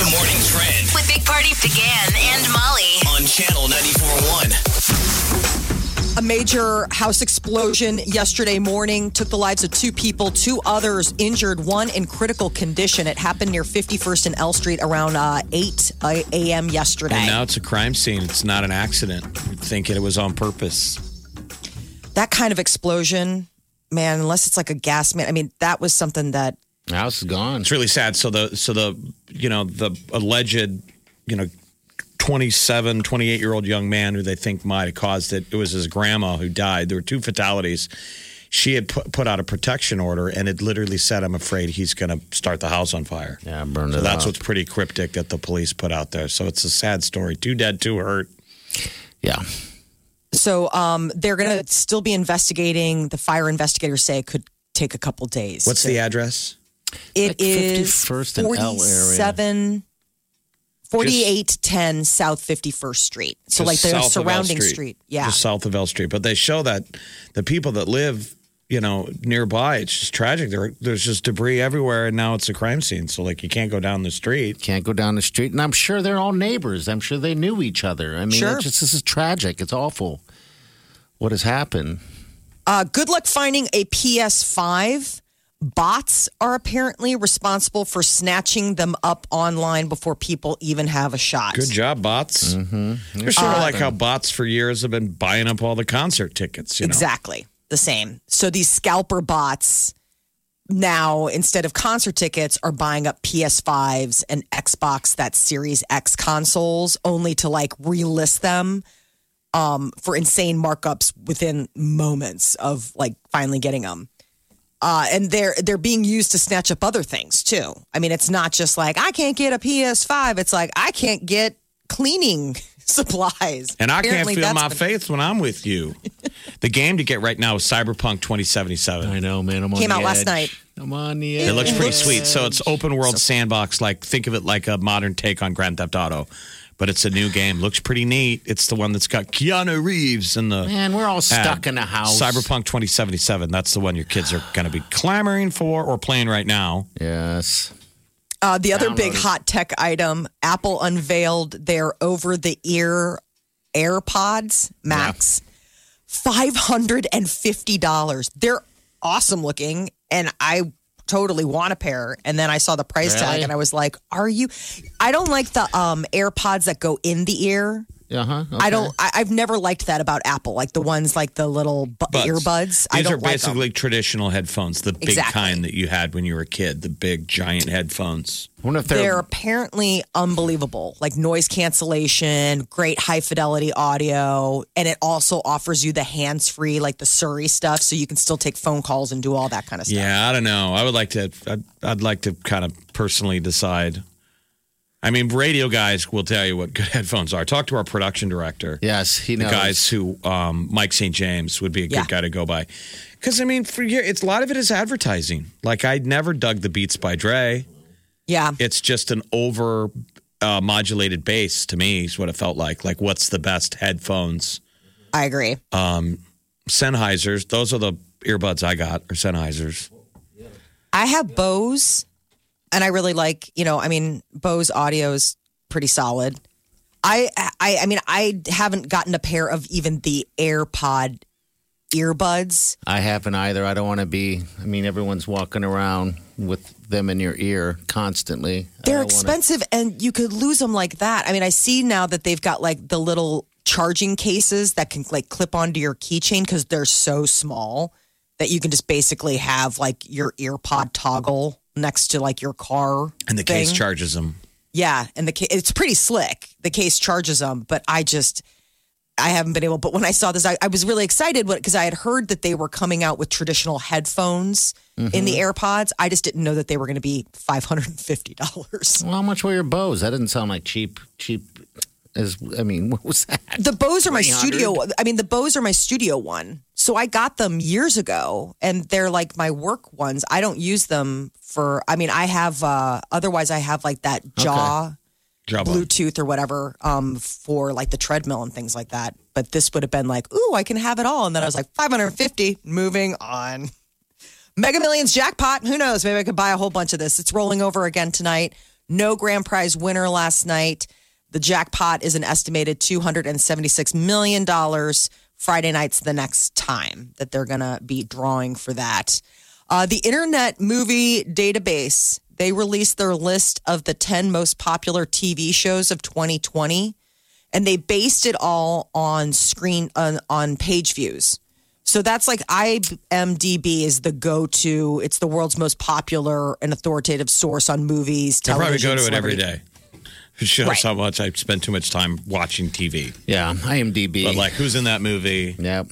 A: The morning trend
B: With Big Party began and Molly.
A: on channel 941.
C: A major house explosion yesterday morning took the lives of two people, two others injured, one in critical condition. It happened near 51st and L Street around uh, 8 a- a.m. yesterday.
D: And now it's a crime scene. It's not an accident. You're thinking it was on purpose.
C: That kind of explosion man, unless it's like a gas man. I mean, that was something that
D: The house is gone. It's really sad. So the so the you know the alleged you know 27, 28 year old young man who they think might have caused it. It was his grandma who died. There were two fatalities. She had put, put out a protection order and it literally said, "I'm afraid he's going to start the house on fire."
E: Yeah, burned
D: so
E: it
D: that's
E: up.
D: what's pretty cryptic that the police put out there. So it's a sad story. Two dead, two hurt.
E: Yeah.
C: So um, they're going to still be investigating. The fire investigators say it could take a couple days.
D: What's the address?
C: It is
E: 51st and L area.
C: 47, 4810 South 51st Street. So,
D: Just
C: like, their
D: south of L
C: surrounding street. Yeah.
D: Just south of L Street. But they show that the people that live, you know, nearby, it's just tragic. There, there's just debris everywhere, and now it's a crime scene. So, like, you can't go down the street.
E: Can't go down the street. And I'm sure they're all neighbors. I'm sure they knew each other. I mean,
C: Sure.
E: it's just, this is tragic. It's awful. What has happened?
C: Uh, good luck finding a PS5. Bots are apparently responsible for snatching them up online before people even have a shot.
D: Good job, bots. Mm-hmm. You're sort of like how bots for years have been buying up all the concert tickets. You know?
C: Exactly. The same. So these scalper bots now, instead of concert tickets, are buying up PS5s and Xbox, that Series X consoles, only to like relist them um, for insane markups within moments of like finally getting them. Uh, and they're they're being used to snatch up other things too. I mean, it's not just like I can't get a PS5. It's like I can't get cleaning supplies.
D: And I can't
C: Apparently,
D: feel
C: that's
D: my
C: been-
D: faith when I'm with you. the game to get right now is Cyberpunk 2077. I
E: know, man. I'm
C: Came out last night.
E: I'm on the
D: It looks pretty
E: edge.
D: sweet. So it's open world sandbox. Like think of it like a modern take on Grand Theft Auto, but it's a new game. Looks pretty neat. It's the one that's got Keanu Reeves in the.
E: Man, we're all stuck in a house.
D: Cyberpunk 2077. That's the one your kids are going to be clamoring for or playing right now.
E: Yes.
C: Uh, the other big
D: Downloaded.
C: hot tech item Apple unveiled their over the ear AirPods Max. $550. They're awesome looking. And I totally want a pair. And then I saw the price tag
E: Really?
C: and I was like, are you? I don't like the um, AirPods that go in the ear.
E: Uh huh.
C: I don't. I, I've never liked that about Apple. Like the ones like the little bu- earbuds.
D: These
C: I
D: are
C: don't like them.
D: basically traditional headphones, the big
C: Exactly.
D: kind that you had when you were a kid, the big giant headphones.
E: wonder if
C: they're apparently unbelievable like noise cancellation great high fidelity audio and it also offers you the hands free like the surrey stuff so you can still take phone calls and do all that kind of stuff
D: Yeah, I don't know. I would like to. I'd, I'd like to kind of personally decide. I mean, radio guys will tell you what good headphones are. Talk to our production director.
E: Yes, he
D: the
E: knows.
D: guys who um, Mike St. James would be a
E: Yeah.
D: good guy to go by. Because I mean, for year, it's a lot of it is advertising. Like I never dug the Beats by Dre.
C: Yeah,
D: it's just an over uh, modulated bass to me. Is what it felt like. Like what's the best headphones?
C: i agree
D: Um, Sennheisers. Those are the earbuds I got. Or Sennheisers.
C: i have bose and i really like you know i mean bose audio is pretty solid i i i mean i haven't gotten a pair of even the airpod earbuds
E: I haven't either. I don't want to be. I mean, everyone's walking around with them in your ear constantly. I don't
C: They're
E: wanna-
C: expensive, and you could lose them like that. I mean, I see now that they've got like the little charging cases that can like clip onto your keychain because they're so small that you can just basically have like your earpod toggle next to like your car
D: And the case
C: thing.
D: charges them.
C: Yeah, and the ca- it's pretty slick. The case charges them, but I just I haven't been able. But when I saw this, I, I was really excited because I had heard that they were coming out with traditional headphones in the AirPods. I just didn't know that they were going to be five hundred and fifty dollars.
E: Well, how much were your bows? That didn't sound like cheap. Cheap. As I mean, what was that?
C: The Bose are my
E: 300?
C: studio. I mean, the Bose are my studio one. So I got them years ago, and they're like my work ones. I don't use them for. I mean, I have. uh Otherwise, I have like that jaw.
D: Jawbone.
C: Bluetooth or whatever um, for like the treadmill and things like that. But this would have been like, ooh, I can have it all. And then I was like, 550, moving on. Mega Millions jackpot. Who knows? Maybe I could buy a whole bunch of this. It's rolling over again tonight. No grand prize winner last night. The jackpot is an estimated $276 million. Friday night's the next time that they're going to be drawing for that. Uh, the Internet Movie Database, they released their list of the 10 most popular TV shows of 2020, and they based it all on screen, on, on page views. So that's like IMDb is the go to. It's the world's most popular and authoritative source on movies,
D: I probably
C: television.
D: go to it every
C: celebrity-
D: day. It shows
C: Right.
D: how much I spend too much time watching TV.
E: Yeah, IMDb.
D: But like, who's in that movie?
E: Yeah.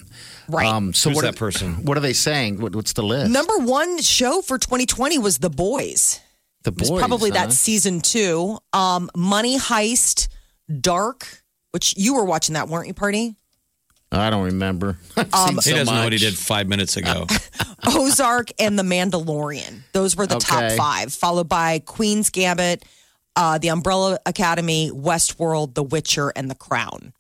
C: Right.
E: Um, so
D: Who's
E: what
D: that person?
E: What are they saying? What, what's the list?
C: Number one show for 2020 was The Boys.
E: the
C: It
E: boys.
C: was probably
E: huh?
C: that season two. Um, Money Heist, Dark, which you were watching that, weren't you, Party?
E: I don't remember. I've
C: Um,
E: seen
D: He
E: so
D: doesn't know what he
E: much.
D: did five minutes ago.
C: Ozark and The Mandalorian. Those were the top
E: Okay.
C: five, followed by Queen's Gambit, uh, The Umbrella Academy, Westworld, The Witcher, and The Crown.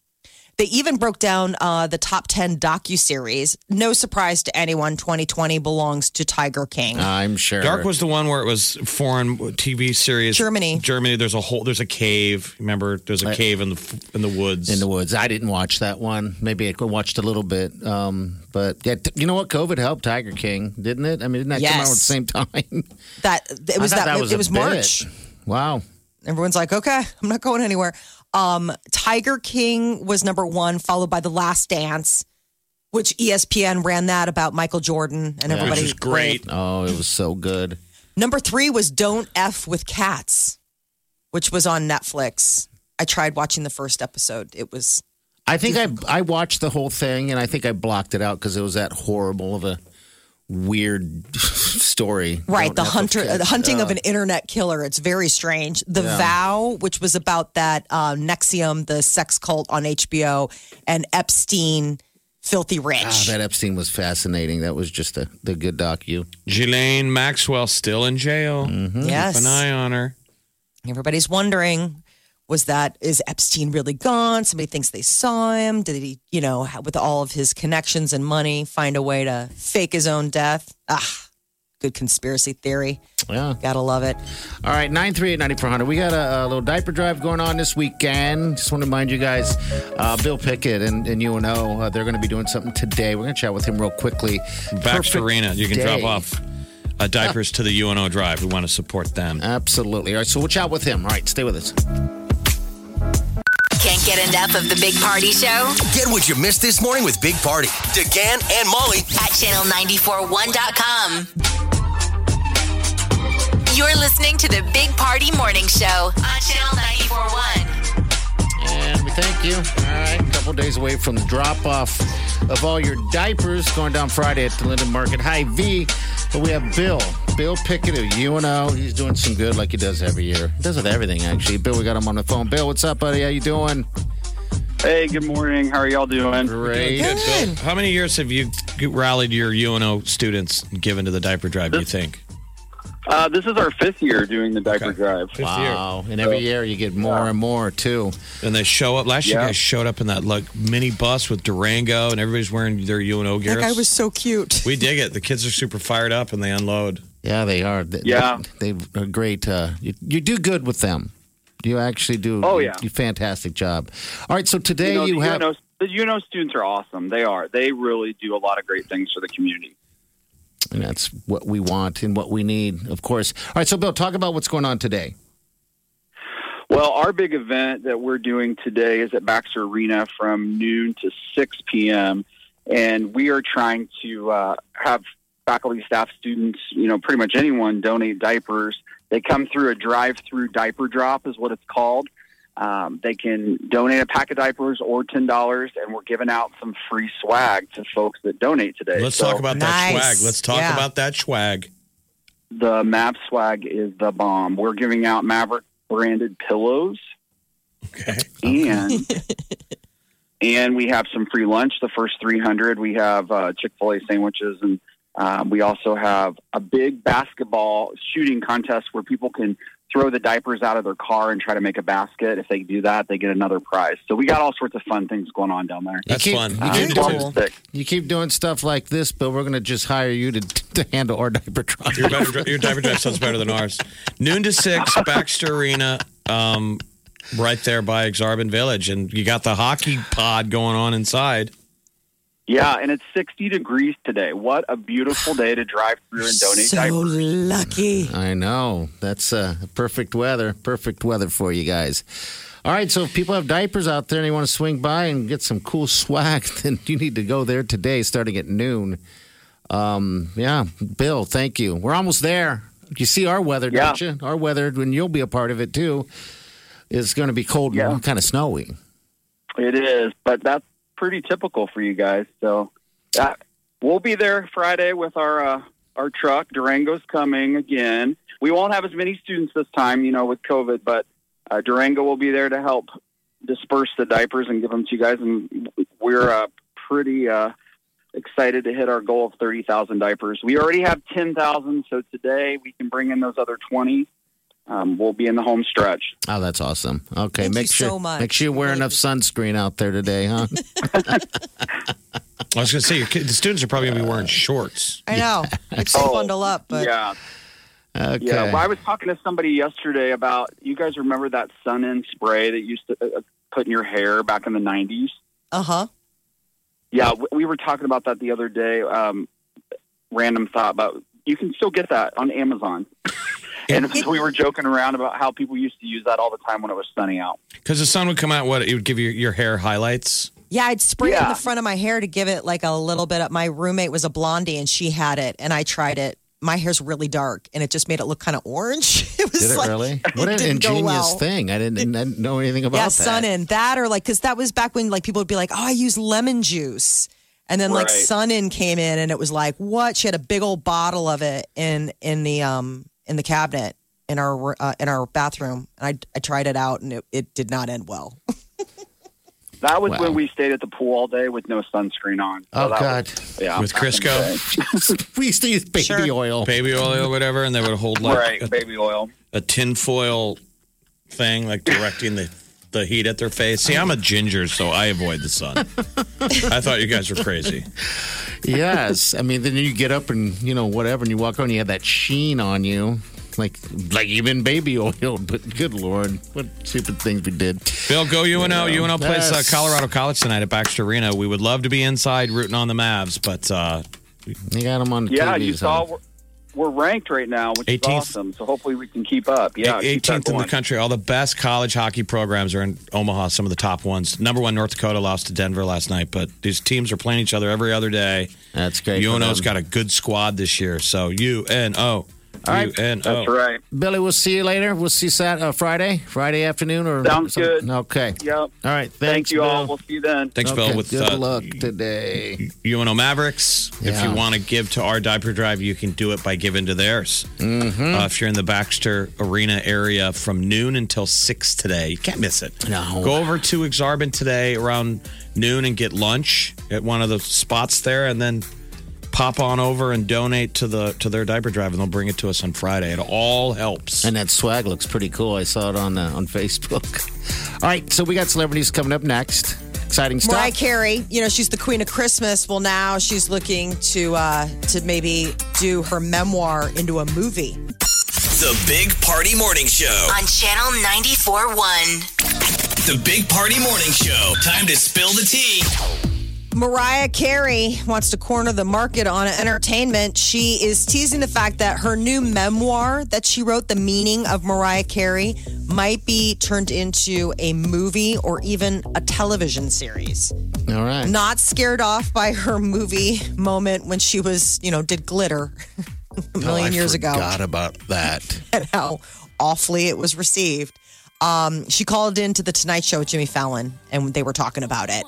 C: They even broke down uh, the top 10 docuseries. No surprise to anyone, 2020 belongs to Tiger King.
E: I'm sure.
D: Dark was the one where it was foreign TV series.
C: Germany.
D: Germany. There's a whole. There's a cave. Remember, there's a cave in the in the woods.
E: in the woods. I didn't watch that one. Maybe I watched a little bit. Um, but yeah, t- you know what? COVID helped Tiger King, didn't it? I mean, didn't that come out at the
C: Yes.
E: same time?
C: that It was,
E: I
C: that,
E: thought was
C: it
E: a
C: was
E: bit.
C: March.
E: Wow.
C: Everyone's like, okay, I'm not going anywhere. Um, Tiger King was number one, followed by The Last Dance, which E ESPN ran that about Michael Jordan and everybody.
D: which is great.
E: Oh, it was so good.
C: Number three was Don't F with Cats, which was on Netflix. I tried watching the first episode. It was
E: I think I I watched the whole thing and I think I blocked it out because it was that horrible of a weird story. Don't
C: right the
E: have to
C: hunter,
E: kid-
C: the hunting of
E: uh,
C: an internet killer. It's very strange. The
E: Yeah.
C: Vow, which was about that uh, Nexium, the sex cult on HBO, and Epstein, Filthy Rich.
E: Ah, that Epstein was fascinating. That was just a the good docu.
D: Ghislaine Maxwell still in jail.
C: Mm-hmm. yes,
D: Keep an eye on her.
C: everybody's wondering was that is epstein really gone somebody thinks they saw him did he you know with all of his connections and money find a way to fake his own death ah good conspiracy theory
E: Yeah.
C: gotta love it
E: All right, 938-9400. We got a, a little diaper drive going on this weekend. Just want to remind you guys, uh, Bill Pickett and, and UNO, uh, they're going to be doing something today. We're going to chat with him real quickly.
D: Baxter
E: Perfect
D: Arena. You can
E: day.
D: drop off uh, diapers to the UNO Drive. We want to support
E: Uh,
D: them.
E: Absolutely. All right, so we'll chat with him. All right, stay with us.
B: Can't get enough of the Big Party Show
A: Get what you missed this morning with Big Party, DeGan and Molly
B: at channel941.com. You're listening to the Big Party Morning Show on channel 941.
E: And we thank you. All right, a couple days away from the drop off of all your diapers going down Friday at the Linden Market High V. But we have Bill, Bill Pickett of UNO. He's doing some good like he does every year. He does it everything, actually. Bill, we got him on the phone. Bill, what's up, buddy? How you doing?
G: Hey, good morning. How are y'all doing?
E: Great.
D: Good, Bill. How many years have you rallied your UNO students and given to the diaper drive? Do you think?
G: Uh, this is our fifth year doing the diaper
D: Okay.
G: drive.
D: Fifth year.
E: Wow. And every year you get more and more, too.
D: And they show up. Last year,
G: Yeah.
D: you guys showed up in that like mini bus with Durango, and everybody's wearing their UNO gear.
C: that guy was so cute
D: We dig it. The kids are super fired up, and they unload.
E: Yeah, they are. They,
G: Yeah.
E: They are great. Uh, you, you do good with them. You actually do.
G: Oh, yeah.
E: You, fantastic job. All right, so today you,
G: know, the
E: have.
G: UNO, the UNO students are awesome. They are. They really do a lot of great things for the community.
E: And that's what we want and what we need, of course. All right, so Bill, talk about what's going on today.
G: Well, our big event that we're doing today is at Baxter Arena from noon to 6 p.m. And we are trying to uh, have faculty, staff, students, you know, pretty much anyone donate diapers. They come through a drive through diaper drop, is what it's called. Um, they can donate a pack of diapers or $10, and we're giving out some free swag to folks that donate today.
D: Let's
G: So
D: talk about that
C: Nice.
D: swag. Let's talk
C: Yeah.
D: about that swag.
G: the MAP swag is the bomb. We're giving out Maverick branded pillows.
D: Okay.
G: and and we have some free lunch. The first three hundred, we have uh, Chick fil A sandwiches, and um, we also have a big basketball shooting contest where people can throw the diapers out of their car and try to make a basket. If they do that, they get another prize. So we got all sorts of fun things going on down there. Uh,
D: That's
E: keep-
D: fun.
E: you
D: You
E: keep
D: do
G: Long
D: it.
G: as thick.
E: You keep doing stuff like this, Bill. We're going to just hire you to, to handle our diaper drive.
D: Your, better, your diaper drive sounds better than ours. Noon to six, Baxter Arena, um, right there by Exarban Village, and you got the hockey pod going on inside.
G: Yeah, and it's 60 degrees today. What a beautiful day to drive through and donate.
C: So lucky.
E: I know. That's uh, perfect weather. Perfect weather for you guys. All right, so if people have diapers out there and you want to swing by and get some cool swag, then you need to go there today starting at noon. Um, yeah, Bill, thank you. We're almost there. You see our weather,
G: Yeah.
E: don't you? Our weather, and you'll be a part of it too, is going to be cold and kind of snowy.
G: It is, but that's pretty typical for you guys. So that, we'll be there Friday with our uh, our truck. Durango's coming again. We won't have as many students this time, you know, with COVID, but uh, Durango will be there to help disperse the diapers and give them to you guys. And we're uh, pretty uh, excited to hit our goal of thirty thousand diapers. We already have ten thousand, so today we can bring in those other twenty. Um, we'll be in the home stretch.
E: Oh, that's awesome. Okay,
G: Thank
E: make
G: you
E: sure
G: so much.
E: make sure you wear enough sunscreen out there today, huh?
D: I was going to say, your kid, the students are probably going to be wearing shorts.
C: I know. It's to bundle up, but
G: yeah.
E: Okay.
G: Yeah, well, I was talking to somebody yesterday about you guys remember that sun in spray that you used to uh, uh, put in your hair back in the 90s?
C: uh huh.
G: Yeah, we, we were talking about that the other day. Um, random thought, but you can still get that on Amazon. and we were joking around about how people used to use that all the time when it was sunny out.
D: Because the sun would come out, what? It would give you your hair highlights.
C: Yeah, I'd spray it in
G: Yeah.
C: the front of my hair to give it like a little bit up. My roommate was a blondie and she had it, and I tried it. My hair's really dark, and it just made it look kind of orange. It was
E: Did it
C: like
E: really?
C: it
E: What an
C: didn't go
E: ingenious
C: well.
E: thing! I didn't, I didn't know anything about
C: yeah,
E: that.
C: sun in that or like because that was back when like people would be like, oh, I use lemon juice, and then like
E: Right.
C: sun in came in, and it was like what? She had a big old bottle of it in in the um in the cabinet in our uh, in our bathroom, and I I tried it out, and it, it did not end well.
G: That was when we stayed at the pool all day with no sunscreen on. So
D: Oh,
G: that
D: God.
G: was- yeah,
D: With
G: back in the day.
E: Crisco. we used to use baby oil.
D: Baby oil or whatever, and they would hold like
G: Right,
D: a,
G: baby oil.
D: a tinfoil thing, like directing the, the heat at their face. See, I'm a ginger, so I avoid the sun. I thought you guys were crazy.
E: yes, I mean, then you get up and you know whatever, and you walk on, you have that sheen on you, like like you've been baby oiled. But good lord, what stupid things we did.
D: Bill, go UNO.
E: Yeah.
D: UNO plays uh,
E: Yes.
D: Colorado College tonight at Baxter Arena. We would love to be inside rooting on the Mavs, but uh,
E: you got them on
G: Yeah, you saw we're, we're ranked right now, which
D: 18th.
G: is awesome. So hopefully we can keep up. Yeah, keep that
D: 18th in the
G: going.
D: country. All the best college hockey programs are in Omaha. Some of the top ones. Number one, North Dakota lost to Denver last night, but these teams are playing each other every other day.
E: That's great. for
D: UNO's
E: them.
D: got a good squad this year. So UNO.
E: All right.
D: UNO.
E: Billy. We'll see you later. We'll see you Sat- uh, Friday, Friday afternoon, or
G: Sounds
E: something.
G: good.
E: Okay.
G: Yep. All
E: right.
G: Thank
E: Thanks,
G: you all.
E: Bill.
G: We'll see you then.
D: Thanks, Bill.
E: Okay,
D: With
E: good
D: uh,
E: luck today.
D: UNO Mavericks. If you
E: Yeah.
D: want to give to our diaper drive, you can do it by giving to theirs.
E: Mm-hmm.
D: Uh, if you're in the Baxter Arena area from noon until 6 today, you can't miss it.
E: No.
D: Go over to Exarban today around noon and get lunch at one of the spots there and then pop on over and donate to the to their diaper drive and they'll bring it to us on Friday. It all helps.
E: And that swag looks pretty cool. I saw it on uh, on Facebook. All right, so we got celebrities coming up next. Exciting stuff.
C: Mariah Carey, you know, she's the queen of Christmas. Well, now she's looking to uh, to maybe do her memoir into a movie.
A: The Big Party Morning Show.
B: On Channel 94.1.
A: The Big Party Morning Show. Time to spill the tea.
C: Mariah Carey wants to corner the market on entertainment. She is teasing the fact that her new memoir that she wrote, The Meaning of Mariah Carey, might be turned into a movie or even a television series.
E: All right.
C: Not scared off by her movie moment when she was, you know, did glitter a million
D: Oh,
C: years ago.
E: Forgot about that.
C: and how awfully it was received. Um, she called in to the Tonight Show with Jimmy Fallon, and they were talking about it.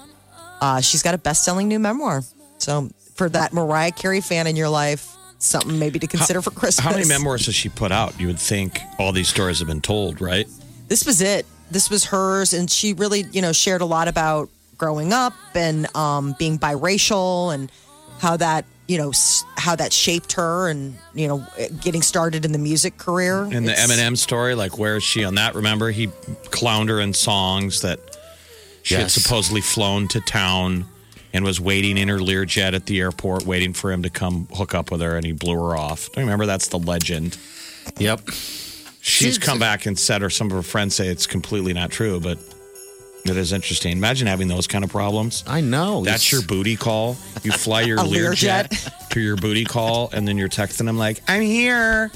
C: Uh, she's got a best-selling new memoir, so for that Mariah Carey fan in your life, something maybe to consider for Christmas.
D: How many memoirs has she put out? You would think all these stories have been told, right?
C: This was it. This was hers, and she really, you know, shared a lot about growing up and um, being biracial and how that, you know, s- how that shaped her, and you know, getting started in the music career.
D: And the
C: It's-
D: Eminem story, like where is she on that? Remember, he clowned her in songs that she had
E: Yes.
D: supposedly flown to town and was waiting in her Learjet at the airport, waiting for him to come hook up with her, and he blew her off. Don't you remember that's the legend.
E: Yep.
D: She's come back and said, or some of her friends say it's completely not true, but That is interesting. Imagine having those kind of problems.
E: I know.
D: That's your booty call. You fly your
E: A
D: Learjet to your booty call, and then you're texting them like, I'm here.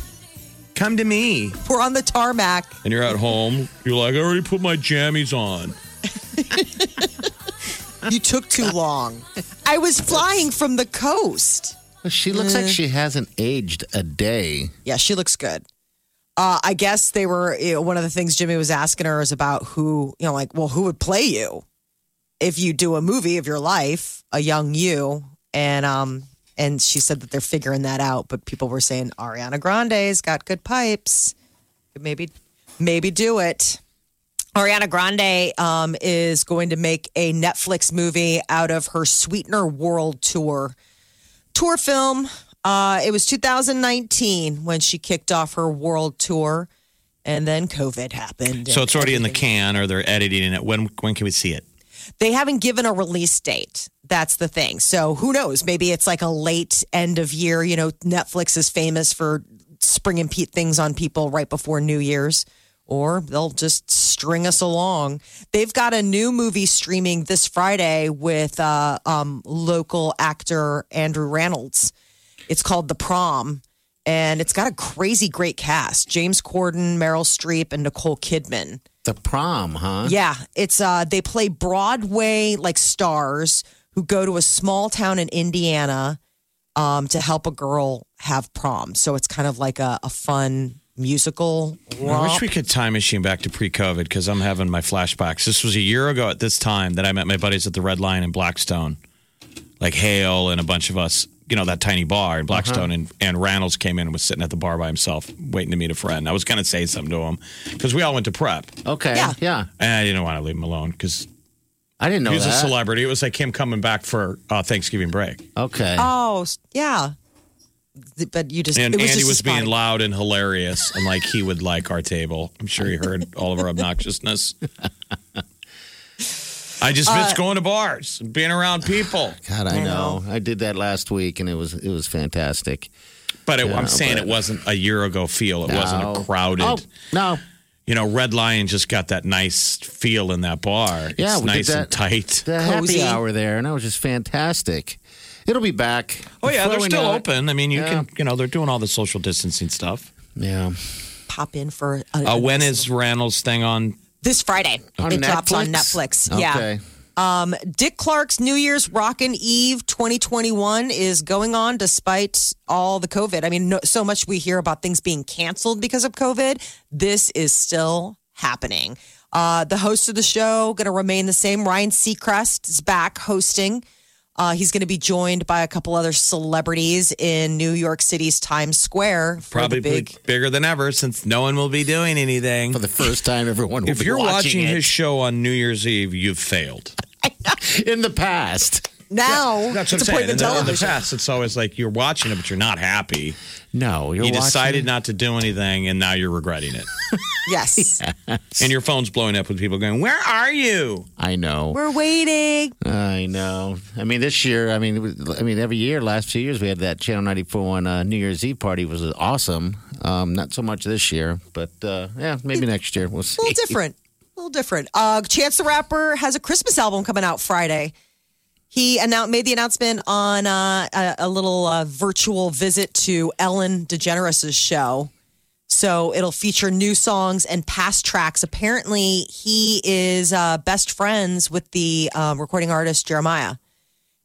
D: Come to me.
C: We're on the tarmac.
D: and you're at home. You're like, I already put my jammies on.
C: You took too long. I was flying from the coast.
E: She looks
D: Eh.
E: like she hasn't aged a day.
C: Yeah, she looks good. Uh, I guess they were you know, one of the things Jimmy was asking her is about who you know, like, well, who would play you if you do a movie of your life, a young you, and um, and she said that they're figuring that out, but people were saying Ariana Grande's got good pipes, Could maybe, maybe do it. Ariana Grande um, is going to make a Netflix movie out of her Sweetener World Tour tour film. Uh, it was 2019 when she kicked off her world tour, and then COVID happened.
D: So it's already in the can, or they're editing it. When when can we see it?
C: They haven't given a release date. That's the thing. So who knows? Maybe it's like a late end of year. You know, Netflix is famous for springing pe- things on people right before New Year's, or they'll just string us along. They've got a new movie streaming this Friday with uh, um, local actor Andrew Reynolds. It's called The Prom, and it's got a crazy great cast: James Corden, Meryl Streep, and Nicole Kidman.
E: The prom, huh?
C: Yeah, it's uh they play Broadway like stars who go to a small town in Indiana um to help a girl have prom. So it's kind of like a, a fun musical.
D: I
C: romp.
D: wish we could time machine back to pre-COVID because I'm having my flashbacks. This was a year ago at this time that I met my buddies at the Red Lion in Blackstone, like Hale and a bunch of us. You know that tiny bar
E: Uh-huh.
D: in Blackstone, and and Reynolds came in and was sitting at the bar by himself, waiting to meet a friend. I was gonna say something to him because we all went to prep.
E: Okay. Yeah. yeah.
D: and I didn't want to leave him alone because
E: I didn't know
D: he was
E: that.
D: a celebrity. It was like him coming back for uh, Thanksgiving break.
E: Okay.
C: Oh, s- yeah. Th- But you just
D: and
C: it was
D: Andy
C: just
D: was being
C: spotty.
D: loud and hilarious, and like he would like our table. I'm sure he heard all of our obnoxiousness. I just miss
E: Uh,
D: going to bars and being around people.
E: God, I know. I did that last week, and it was it was fantastic.
D: But it,
E: Yeah,
D: I'm saying
E: but-
D: it wasn't a year ago feel. It wasn't
E: No.
D: a crowded.
E: Oh, no.
D: You know, Red Lion just got that nice feel in that bar.
E: yeah,
D: it's
E: we
D: nice
E: did that,
D: and tight.
E: The happy hour there, and that was just fantastic. It'll be back.
D: Oh yeah, they're
E: Before we
D: still
E: know it-
D: open. I mean, you
E: Yeah.
D: can, you know, they're doing all the social distancing stuff.
E: Yeah.
C: pop in for a,
D: Uh, when is Randall's thing on?
C: this Friday.
D: On
C: it drops on
D: Netflix?
C: Netflix.
D: Okay.
C: Yeah. Um, Dick Clark's New Year's Rockin' Eve 2021 is going on despite all the COVID. I mean, no, so much we hear about things being canceled because of COVID. This is still happening. Uh, the host of the show going to remain the same. Ryan Seacrest is back hosting. Uh, he's going to be joined by a couple other celebrities in New York City's Times Square. for
D: Probably
C: the big
D: bigger than ever since no one will be doing anything for
E: the first time. Everyone, will
D: if
E: be
D: you're
E: watching
D: watching,
E: it.
D: his show on New Year's Eve, you've failed.
E: in the past.
C: now.
D: That's what
C: it's
D: I'm saying. In
C: appointment
D: the, in the
C: television.
D: past, it's always like you're watching it, but you're not happy.
E: No, you're
D: you
E: watching
D: decided not to do anything, and now you're regretting it.
C: Yes.
D: and your phone's blowing up with people going, "Where are you?"
E: I know.
C: We're waiting.
E: I know. I mean, this year. I mean, it was- I mean, every year, last few years, we had that Channel 94 uh, New Year's Eve party. It was awesome. Um, not so much this year, but uh, yeah, maybe next year we'll see.
C: A little different. A little different. Uh, Chance the Rapper has a Christmas album coming out Friday. He announced, made the announcement on uh, a, a little uh, virtual visit to Ellen DeGeneres' show. So it'll feature new songs and past tracks. Apparently, he is uh, best friends with the um, recording artist Jeremiah.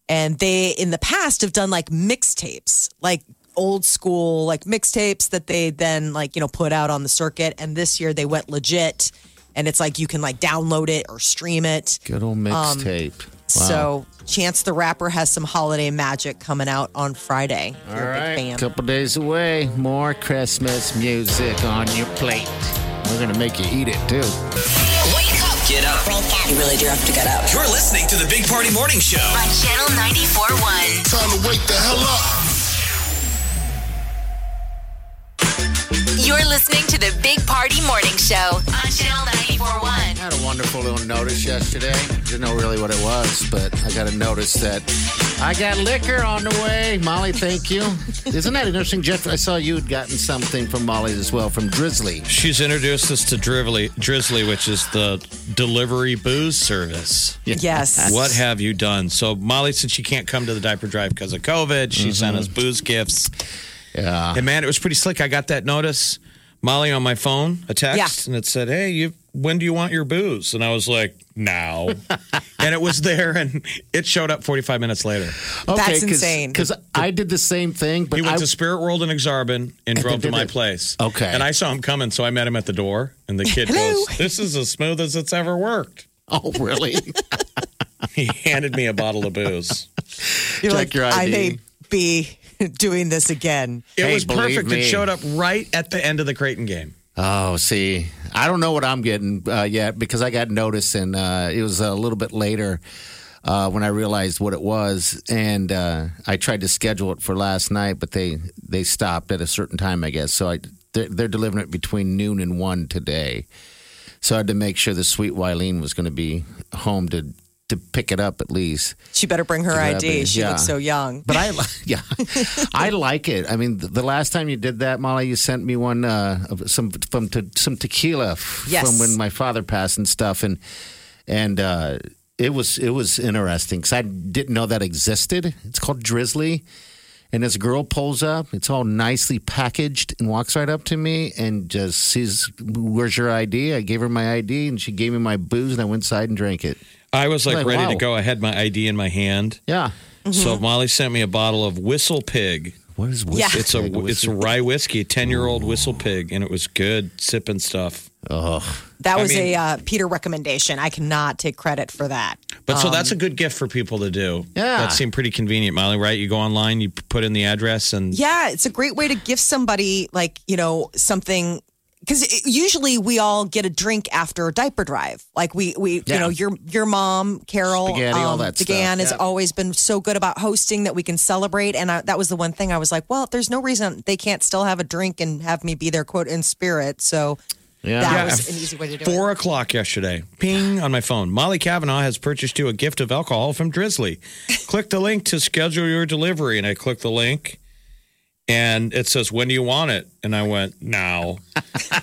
C: And they, in the past, have done like mixtapes, like old school, like mixtapes that they then like, you know, put out on the circuit. And this year they went legit. And it's like you can like download it or stream it.
E: Good old
C: Um,
E: mixtape.
C: So Chance the Rapper has some holiday magic coming out on Friday. If
E: All
C: you're a big
E: right,
C: fan.
E: couple days away. More Christmas music on your plate. We're gonna make you eat it too.
A: Get up.
K: You really do have to get up.
A: You're listening to the Big Party Morning Show.
B: On Channel 94.1. Time to wake the hell up. You're listening to the Big Party Morning Show on Channel 94.1.
E: I don't wonderful little notice yesterday. Didn't know really what it was, but I got a notice that I got liquor on the way. Molly, thank you. Isn't that interesting, Jeff? I saw you'd gotten something from Molly as well from Drizzly.
D: She's introduced us to Drizzly, Drizzly which is the delivery booze service.
C: Yes.
D: What have you done? So, Molly, since she can't come to the diaper drive because of COVID, she sent us booze gifts.
E: Mm-hmm. Yeah.
D: And man, it was pretty slick. I got that notice, Molly, on my phone, a text, and it said, "Hey, you, when do you want your booze?" And I was like, "Now." and it was there, and it showed up 45 minutes later.
E: Because I did the same thing, but
D: he went
E: I,
D: to Spirit World in Exarban and
E: And
D: drove
E: they
D: to
E: did
D: my
E: it.
D: place.
E: Okay.
D: And I saw him coming, so I met him at the door. And the kid
E: Hello.
D: goes, This is as smooth as it's ever worked.
E: Oh, really?
D: he handed me a bottle of booze.
C: You're like, I may be doing this again.
D: It was perfect. It showed up right at the end of the Creighton game.
E: Oh, see, I don't know what I'm getting uh, yet because I got notice, and uh, it was a little bit later uh, when I realized what it was, and uh, I tried to schedule it for last night, but they they stopped at a certain time, I guess. So I they're, they're delivering it between noon and one today, so I had to make sure the sweet Wileen was going to be home to to pick it up at least.
C: She better bring her
E: Yeah,
C: ID.
E: but-
C: She
E: yeah.
C: looks so young.
E: But I, li- yeah, I like it. I mean, th- the last time you did that, Molly, you sent me one uh, of some from te- some tequila f-
C: Yes.
E: from when my father passed and stuff, and and uh, it was it was interesting because I didn't know that existed. It's called Drizzly, and this girl pulls up. It's all nicely packaged and walks right up to me and just sees, "Where's your ID?" I gave her my ID, and she gave me my booze, and I went inside and drank it.
D: I was like,
E: Like,
D: ready
E: wow.
D: to go. I had my ID in my hand.
E: Yeah.
D: So Molly sent me a bottle of Whistle Pig.
E: What is
D: Whistle It's a it's a rye whiskey, ten year old Whistle Pig, and it was good sipping stuff.
E: Oh,
C: That was a uh, Peter recommendation. I cannot take credit for that.
D: But so that's a good gift for people to do.
C: Yeah.
D: That seemed pretty convenient, Molly, right? You go online, you put in the address, and
C: Yeah, it's a great way to give somebody like, you know, something because usually we all get a drink after a diaper drive. Like we we you
E: Yeah.
C: know, your your mom, Carol,
E: Spaghetti, all that stuff,
C: Degan has
E: yeah.
C: always been so good about hosting that we can celebrate and I, that was the one thing I was like, well, there's no reason they can't still have a drink and have me be their quote in spirit. So that was an easy way to do it.
D: Four o'clock yesterday, ping on my phone. Molly Kavanaugh has purchased you a gift of alcohol from Drizzly. Click the link to schedule your delivery. And I click the link and it says, When do you want it? And I went, Now.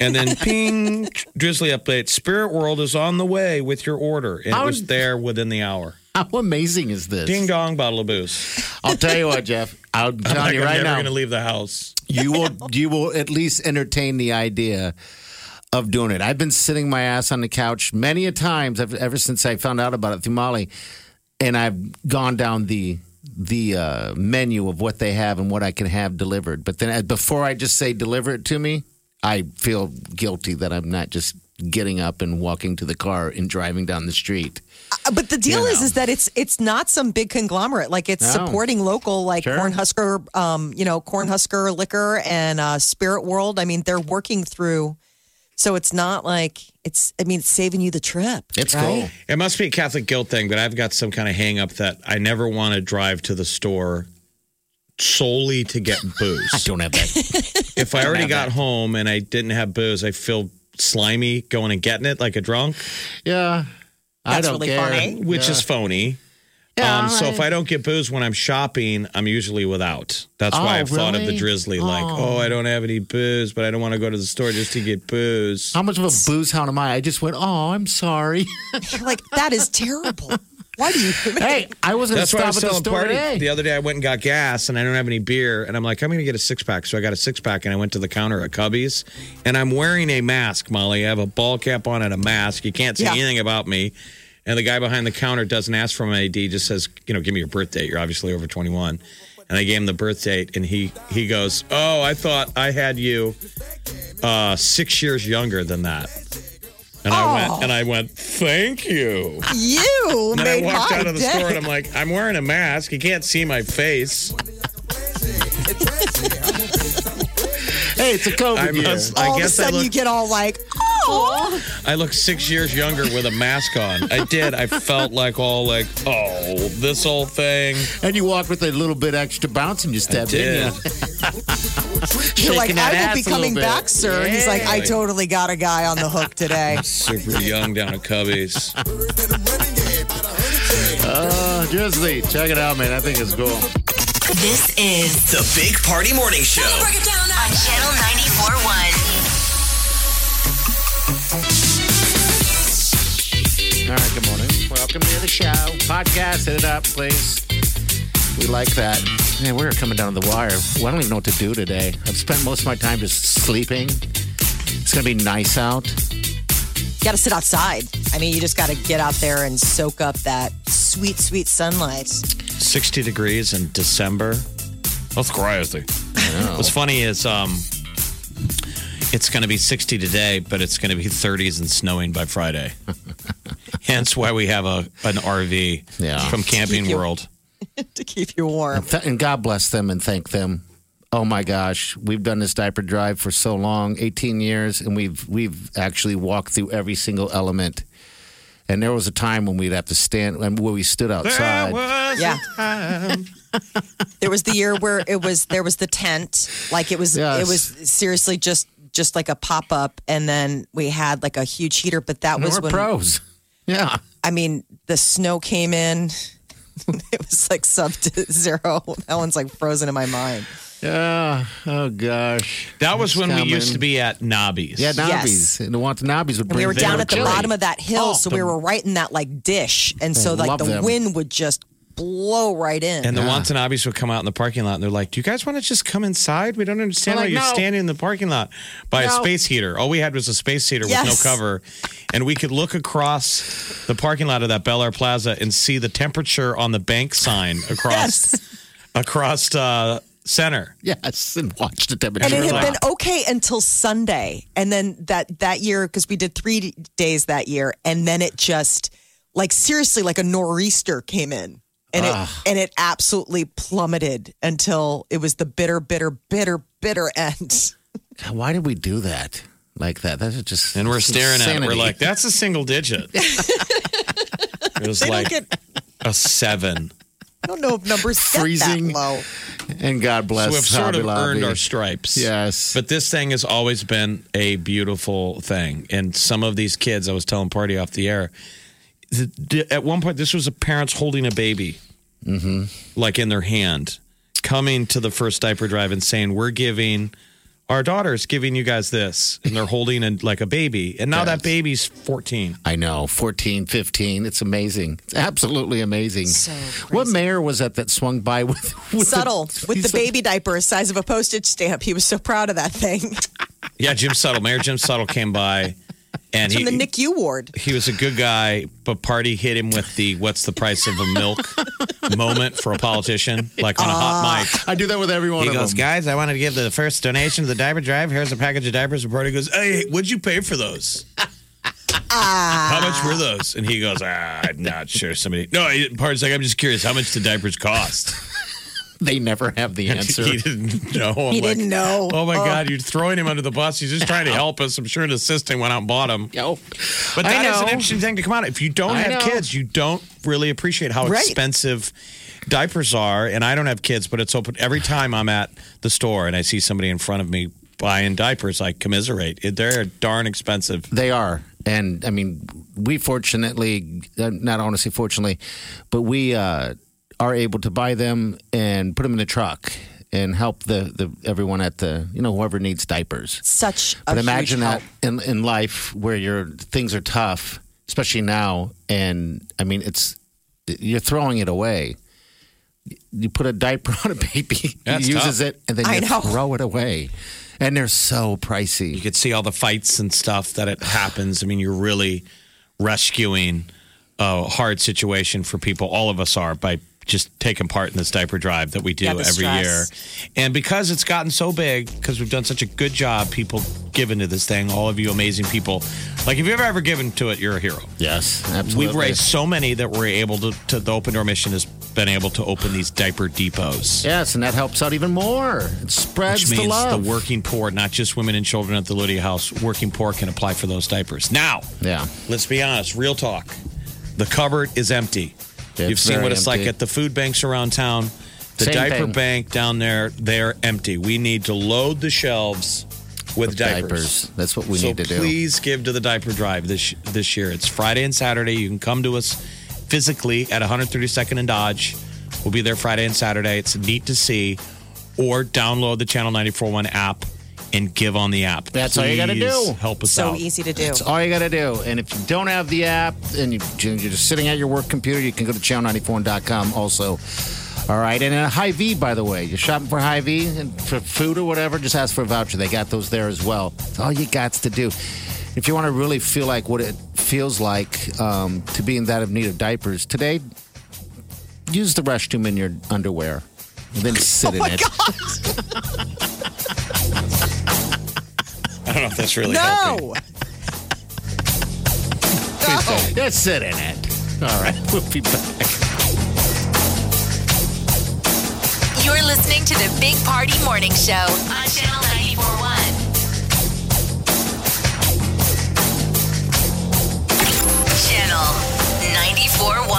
D: and then ping, Drizzly update Spirit World is on the way with your order. And it
E: How-
D: was there within the hour.
E: How amazing is this?
D: Ding dong, bottle of booze.
E: I'll tell you what, Jeff. I'll
D: I'm
E: tell
D: like,
E: you
D: I'm
E: right
D: never
E: now.
D: going to leave the house.
E: you will you will at least entertain the idea of doing it. I've been sitting my ass on the couch many a times ever, ever since I found out about it through Molly, and I've gone down the the uh, menu of what they have and what I can have delivered. But then uh, before I just say deliver it to me, I feel guilty that I'm not just getting up and walking to the car and driving down the street.
C: Uh, But the deal
E: You
C: is, is that it's it's not some big conglomerate. Like it's
E: No.
C: supporting local, like
E: Sure.
C: Cornhusker, um, you know, Cornhusker Liquor and uh, Spirit World. I mean, they're working through, so it's not like it's. I mean, it's saving you the trip. right?
D: It must be a Catholic guilt thing, but I've got some kind of hang up that I never want to drive to the store solely to get booze. I
E: don't have that.
D: if I
E: Don't
D: already
E: have
D: got home and I didn't have booze, I feel slimy going and getting it like a drunk,
E: Yeah, I don't care.
D: which
E: Yeah.
D: is phony.
E: Yeah,
D: um, so
E: I-
D: if I don't get booze when I'm shopping, I'm usually without. That's why
E: Oh,
D: I've thought of the
E: really?
D: drizzly like, oh,
E: Oh.
D: I don't have any booze, but I don't want to go to the store just to get booze.
E: How much of a booze hound am I? I just went, oh, I'm sorry.
C: You're like that is terrible. Why do you?
E: hey, I was going
D: That's
E: to
D: why I was
E: stop at the
D: telling
E: store
D: party
E: today.
D: the other day. I went and got gas, and I don't have any beer, and I'm like, I'm going to get a six pack. So I got a six pack, and I went to the counter at Cubby's, and I'm wearing a mask, Molly. I have a ball cap on and a mask. You can't see
L: Yeah.
D: anything about me. And the guy behind the counter doesn't ask for my ID; just says, you know, give me your birth date. You're obviously over 21. And I gave him the birth date, and he he goes, "Oh, I thought I had you uh, six years younger than that." And I
L: Oh.
D: went, and I went, "Thank you."
C: You
D: And I
L: made
D: walked
L: my
D: out of the
L: day.
D: store and I'm like, I'm wearing a mask. You can't see my face.
E: Hey, it's a COVID
D: I
E: year.
D: must- I
C: all of a
D: guess I
C: sudden, you
D: look-
C: get all like, oh,
I: Aww.
D: I look six years younger with a mask on. I did. I felt like all like, oh, this whole thing.
E: And you walk with a little bit extra bounce and you step in.
C: You're like,
E: Shaking that
C: I
E: ass
C: will be
E: a little
C: coming
E: bit.
C: back, sir. And he's like, I
D: Yeah.
C: totally got a guy on the hook today.
D: Super young down at Cubby's.
E: Uh, Drizzly, check it out, man. I think it's cool.
B: This is
A: The Big Party Morning Show.
B: on Channel 94.1.
E: All right, good morning. Welcome to the show. Podcast, hit it up, please. We like that. Man, we're coming down to the wire. Well, I don't even know what to do today. I've spent most of my time just sleeping. It's going to be nice out.
C: got to sit outside. I mean, you just got to get out there and soak up that sweet, sweet sunlight.
D: 60 degrees in December. That's crazy. What's funny is um, it's going to be 60 today, but it's going to be 30s and snowing by Friday. Hence why we have a an RV
E: Yeah.
D: from Camping
E: Keep you-
D: World.
C: to keep you warm.
E: And, th- and God bless them and thank them. Oh my gosh, we've done this diaper drive for so long, 18 years, and we've we've actually walked through every single element. And there was a time when we'd have to stand, where we stood outside.
C: yeah. there was the year where it was there was the tent, like it was
E: Yes.
C: it was seriously just just like a pop up, and then we had like a huge heater. But that
E: And
C: was
E: we're
C: when
E: pros. Yeah.
C: I mean, the snow came in. it was like sub to zero. That one's like frozen in my mind.
E: Yeah. Oh gosh.
D: That was when we used to be at Nobby's.
E: Yeah,
C: Yes.
E: Nobbies. And the want Nobbies would
C: And
E: bring
C: we were
E: their
C: down at the
E: chili.
C: bottom of that
E: Oh,
C: hill, so
E: the-
C: we were right in that like dish, and
D: I
C: so like
D: love
C: the
D: them.
C: wind would just blow right in.
D: And the Wantanabes would come out in the parking lot and they're like, Do you guys want to just come inside? We don't understand
C: We're
D: why
C: like,
D: you're
C: "No."
D: standing in the parking lot by a
C: No.
D: space heater. All we had was a space heater with
C: Yes.
D: no cover. And we could look across the parking lot of that Bel Air Plaza and see the temperature on the bank sign across across uh, center.
E: Yes, and watch the
C: and
E: temperature.
C: it had been okay until Sunday, and then that that year because we did three d- days that year, and then it just like seriously like a nor'easter came in, and
E: Ah.
C: it and it absolutely plummeted until it was the bitter, bitter, bitter, bitter end.
E: God, Why did we do that like that? That's just
D: And we're staring at it. We're
E: insanity.
D: like, That's a single digit. it was
C: They
D: like
C: don't get.
D: a seven.
C: I don't know if numbers
E: Freezing.
C: get that low.
E: And God bless.
D: so we've sort
E: Hobby
D: of
E: Lobby.
D: earned our stripes.
E: Yes.
D: But this thing has always been a beautiful thing. And some of these kids, I was telling Party off the air, th- th- at one point, this was a parents holding a baby, like in their hand, coming to the first diaper drive and saying, We're giving. Our daughter's giving you guys this, and they're holding a, like a baby. And now that baby's 14.
E: I know, 14, 15. It's amazing. It's absolutely amazing. what mayor was that that swung by with, with
C: Subtle with the baby diaper, the size of a postage stamp. He was so proud of that thing.
D: Yeah, Jim Suttle, Mayor Jim Suttle came by, and
C: It's
D: he
C: from the NICU ward.
D: he was a good guy, but party hit him with the "What's the price of a milk?" moment for a politician, like on a
C: Ah.
D: hot mic.
E: I do that with everyone.
D: He goes, guys, I wanted to give the first donation to the diaper drive. Here's a package of diapers. And party goes, hey, what'd you pay for those?
C: Ah.
D: How much were those? And he goes, ah, I'm not sure. Somebody, no. he- Party's like, I'm just curious, how much the diapers cost?
E: They never have the answer.
D: he didn't know. I'm
C: He
D: like,
C: didn't know.
D: Oh my
C: Oh.
D: God, you're throwing him under the bus. He's just trying to help us. I'm sure an assistant went out and bought him.
E: Yo.
D: But
E: I
D: that is an
E: know.
D: interesting thing to come out. If you don't
E: I
D: have
E: know.
D: kids, you don't really appreciate how
C: Right.
D: expensive diapers are. And I don't have kids, but it's open every time I'm at the store and I see somebody in front of me buying diapers, I commiserate. It- They're darn expensive.
E: They are. And I mean, we fortunately, uh, not honestly, fortunately, but we uh, are able to buy them and put them in the truck and help the, the everyone at the, you know, whoever needs diapers.
C: Such
E: But
C: a huge
E: imagine that
C: help.
E: in, in life where your things are tough, especially now. And I mean, it's you're throwing it away. You put a diaper on a baby,
D: That's
E: he uses
D: tough.
E: it, and then
C: I
E: you
C: know.
E: throw it away. And they're so pricey.
D: You could see all the fights and stuff that it happens. I mean, you're really rescuing a hard situation for people. All of us are by just taken part in this diaper drive that we do
L: Yeah, the
D: every
L: stress.
D: year. And because it's gotten so big, because we've done such a good job, people giving to this thing, all of you amazing people. Like, if you've ever given to it, you're a hero.
E: Yes, absolutely.
D: We've raised so many that we're able to, to the Open Door Mission has been able to open these diaper depots.
E: Yes, and that helps out even more. It spreads
D: Which means
E: the love.
D: working poor, not just women and children at the Lydia House, working poor can apply for those diapers. Now,
E: yeah,
D: let's be honest, real talk. The cupboard is empty. You've seen
E: very
D: what it's like
E: empty.
D: at the food banks around town. The
E: Same
D: diaper
E: thing.
D: bank down there, they're empty. We need to load the shelves with diapers.
E: diapers. That's what we
D: So
E: need to do.
D: Please give to the diaper drive this this year. It's Friday and Saturday. You can come to us physically at 132nd and Dodge. We'll be there Friday and Saturday. It's neat to see. Or download the Channel 941 app and give on the app.
E: That's all you got to
D: Please
E: do.
D: Help us out.
E: That's all you got to do. And if you don't have the app and you, you're just sitting at your work computer, you can go to channel94.com also. All right. And uh, Hy-Vee, by the way, you're shopping for Hy-Vee and for food or whatever, just ask for a voucher. They got those there as well. It's all you got to do. If you want to really feel like what it feels like um, to be in that of need of diapers, today, use the restroom in your underwear and then sit in it.
D: I don't know if that's really helping.
E: no. no. Let's sit in it. All right, we'll be back.
B: You're listening to the Big Party Morning Show on Channel 941. Channel 941.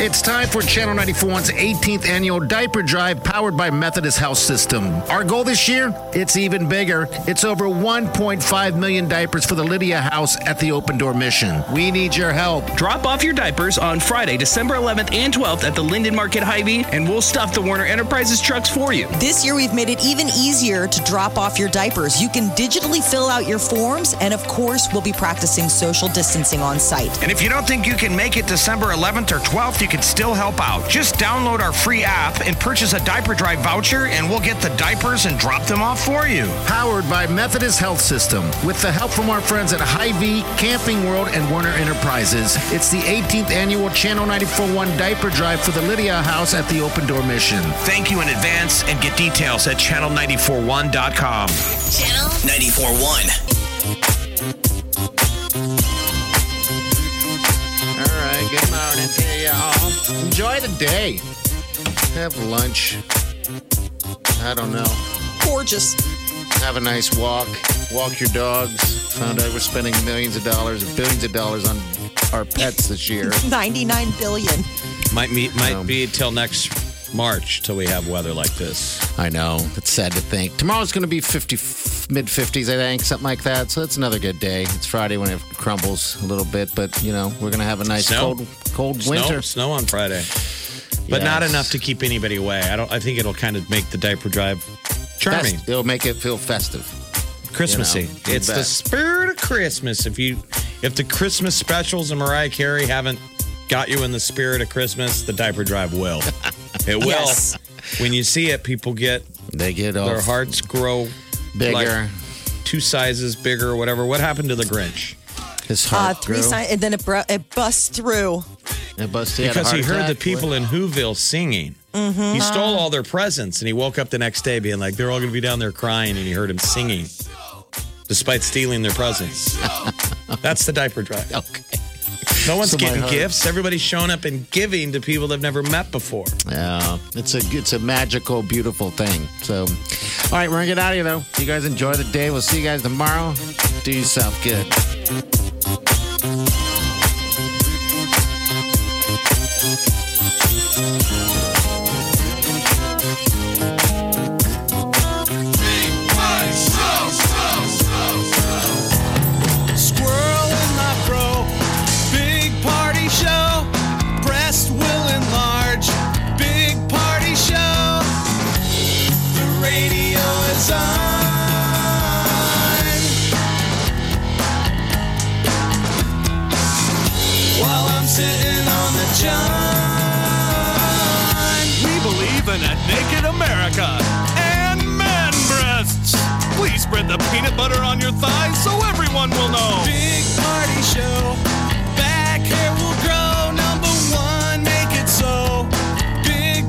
E: It's time for Channel 94's 18th annual diaper drive powered by Methodist Health System. Our goal this year, it's even bigger. It's over 1.5 million diapers for the Lydia House at the Open Door Mission. We need your help.
M: Drop off your diapers on Friday, December 11th and 12th at the Linden Market Hy-Vee, and we'll stuff the Warner Enterprises trucks for you.
C: This year, we've made it even easier to drop off your diapers. You can digitally fill out your forms, and of course, we'll be practicing social distancing on site.
L: And if you don't think you can make it December 11th or 12th, you can still help out. Just download our free app and purchase a diaper drive voucher, and we'll get the diapers and drop them off for you.
E: Powered by Methodist Health System, with the help from our friends at Hy-Vee, Camping World, and Warner Enterprises. It's the 18th annual Channel 94.1 diaper drive for the Lydia House at the Open Door Mission.
L: Thank you in advance and get details at channel941.com.
B: Channel
L: 941.
E: All right, good morning to you all. Enjoy the day. Have lunch. I don't know.
C: Gorgeous.
E: Have a nice walk. Walk your dogs. Found out we're spending millions of dollars and billions of dollars on our pets this year.
C: 99 billion.
D: Might be, might be till next March till we have weather like this.
E: I know. It's sad to think. Tomorrow's going to be 50, mid 50s, I think, something like that. So that's another good day. It's Friday when it crumbles a little bit, but, you know, we're going to have a nice
D: Snow.
E: cold, cold
D: Snow-
E: winter.
D: Snow on Friday, but not
E: Yes.
D: enough to keep anybody away. I don't. I think it'll kind of make the diaper drive charming,
E: Fest- it'll make it feel festive.
D: Christmassy.
E: You know, you
D: it's the
E: bet.
D: spirit of Christmas. If you, if the Christmas specials and Mariah Carey haven't got you in the spirit of Christmas, the diaper drive will. it will.
E: Yes.
D: When you see it, people get
E: they get
D: their
E: all
D: hearts grow
E: bigger.
D: like two sizes bigger, or whatever. What happened to the Grinch?
E: His
C: Uh, three sign, and then it, br- it busts through.
E: It busts
D: because he heard the people in Whoville singing.
C: Mhm.
D: He stole all their presents and he woke up the next day being like, they're all going to be down there crying. And he heard him singing despite stealing their presents. That's the diaper drive.
E: Okay.
D: No one's
E: Somebody
D: getting
E: heard.
D: gifts. Everybody's showing up and giving to people they've never met before.
E: Yeah, it's a it's a magical, beautiful thing. So, all right, we're gonna get out of here though. You guys enjoy the day. We'll see you guys tomorrow. Do yourself good.
N: Squirrel in my fro. Big party show. Breast will enlarge. Big party show. The radio is on. While I'm sitting on the john. We believe in a naked America and man breasts. Please spread the peanut butter on your thighs so everyone will know. Big party show. Back hair will grow. Number one, make it so. Big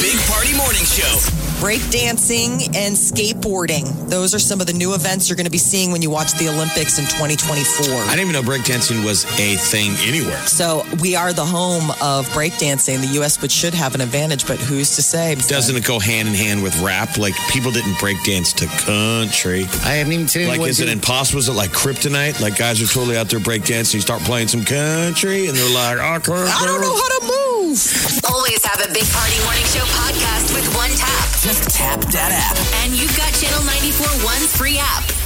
A: Show.
C: Breakdancing and skateboarding. Those are some of the new events you're going to be seeing when you watch the Olympics in 2024.
D: I didn't even know breakdancing was a thing anywhere.
C: So we are the home of breakdancing. The U.S. but should have an advantage, but who's to say?
D: Doesn't it go hand in hand with rap? Like people didn't breakdance to country.
E: I haven't even seen
D: Like,
E: anyone
D: is it
E: do-
D: impossible? Is it like kryptonite? Like guys are totally out there breakdancing. You start playing some country, and they're like, I, don't know
C: how to move.
B: Always have a Big Party Morning Show podcast with one tap. Just tap that app. And you've got Channel 94.1's free app.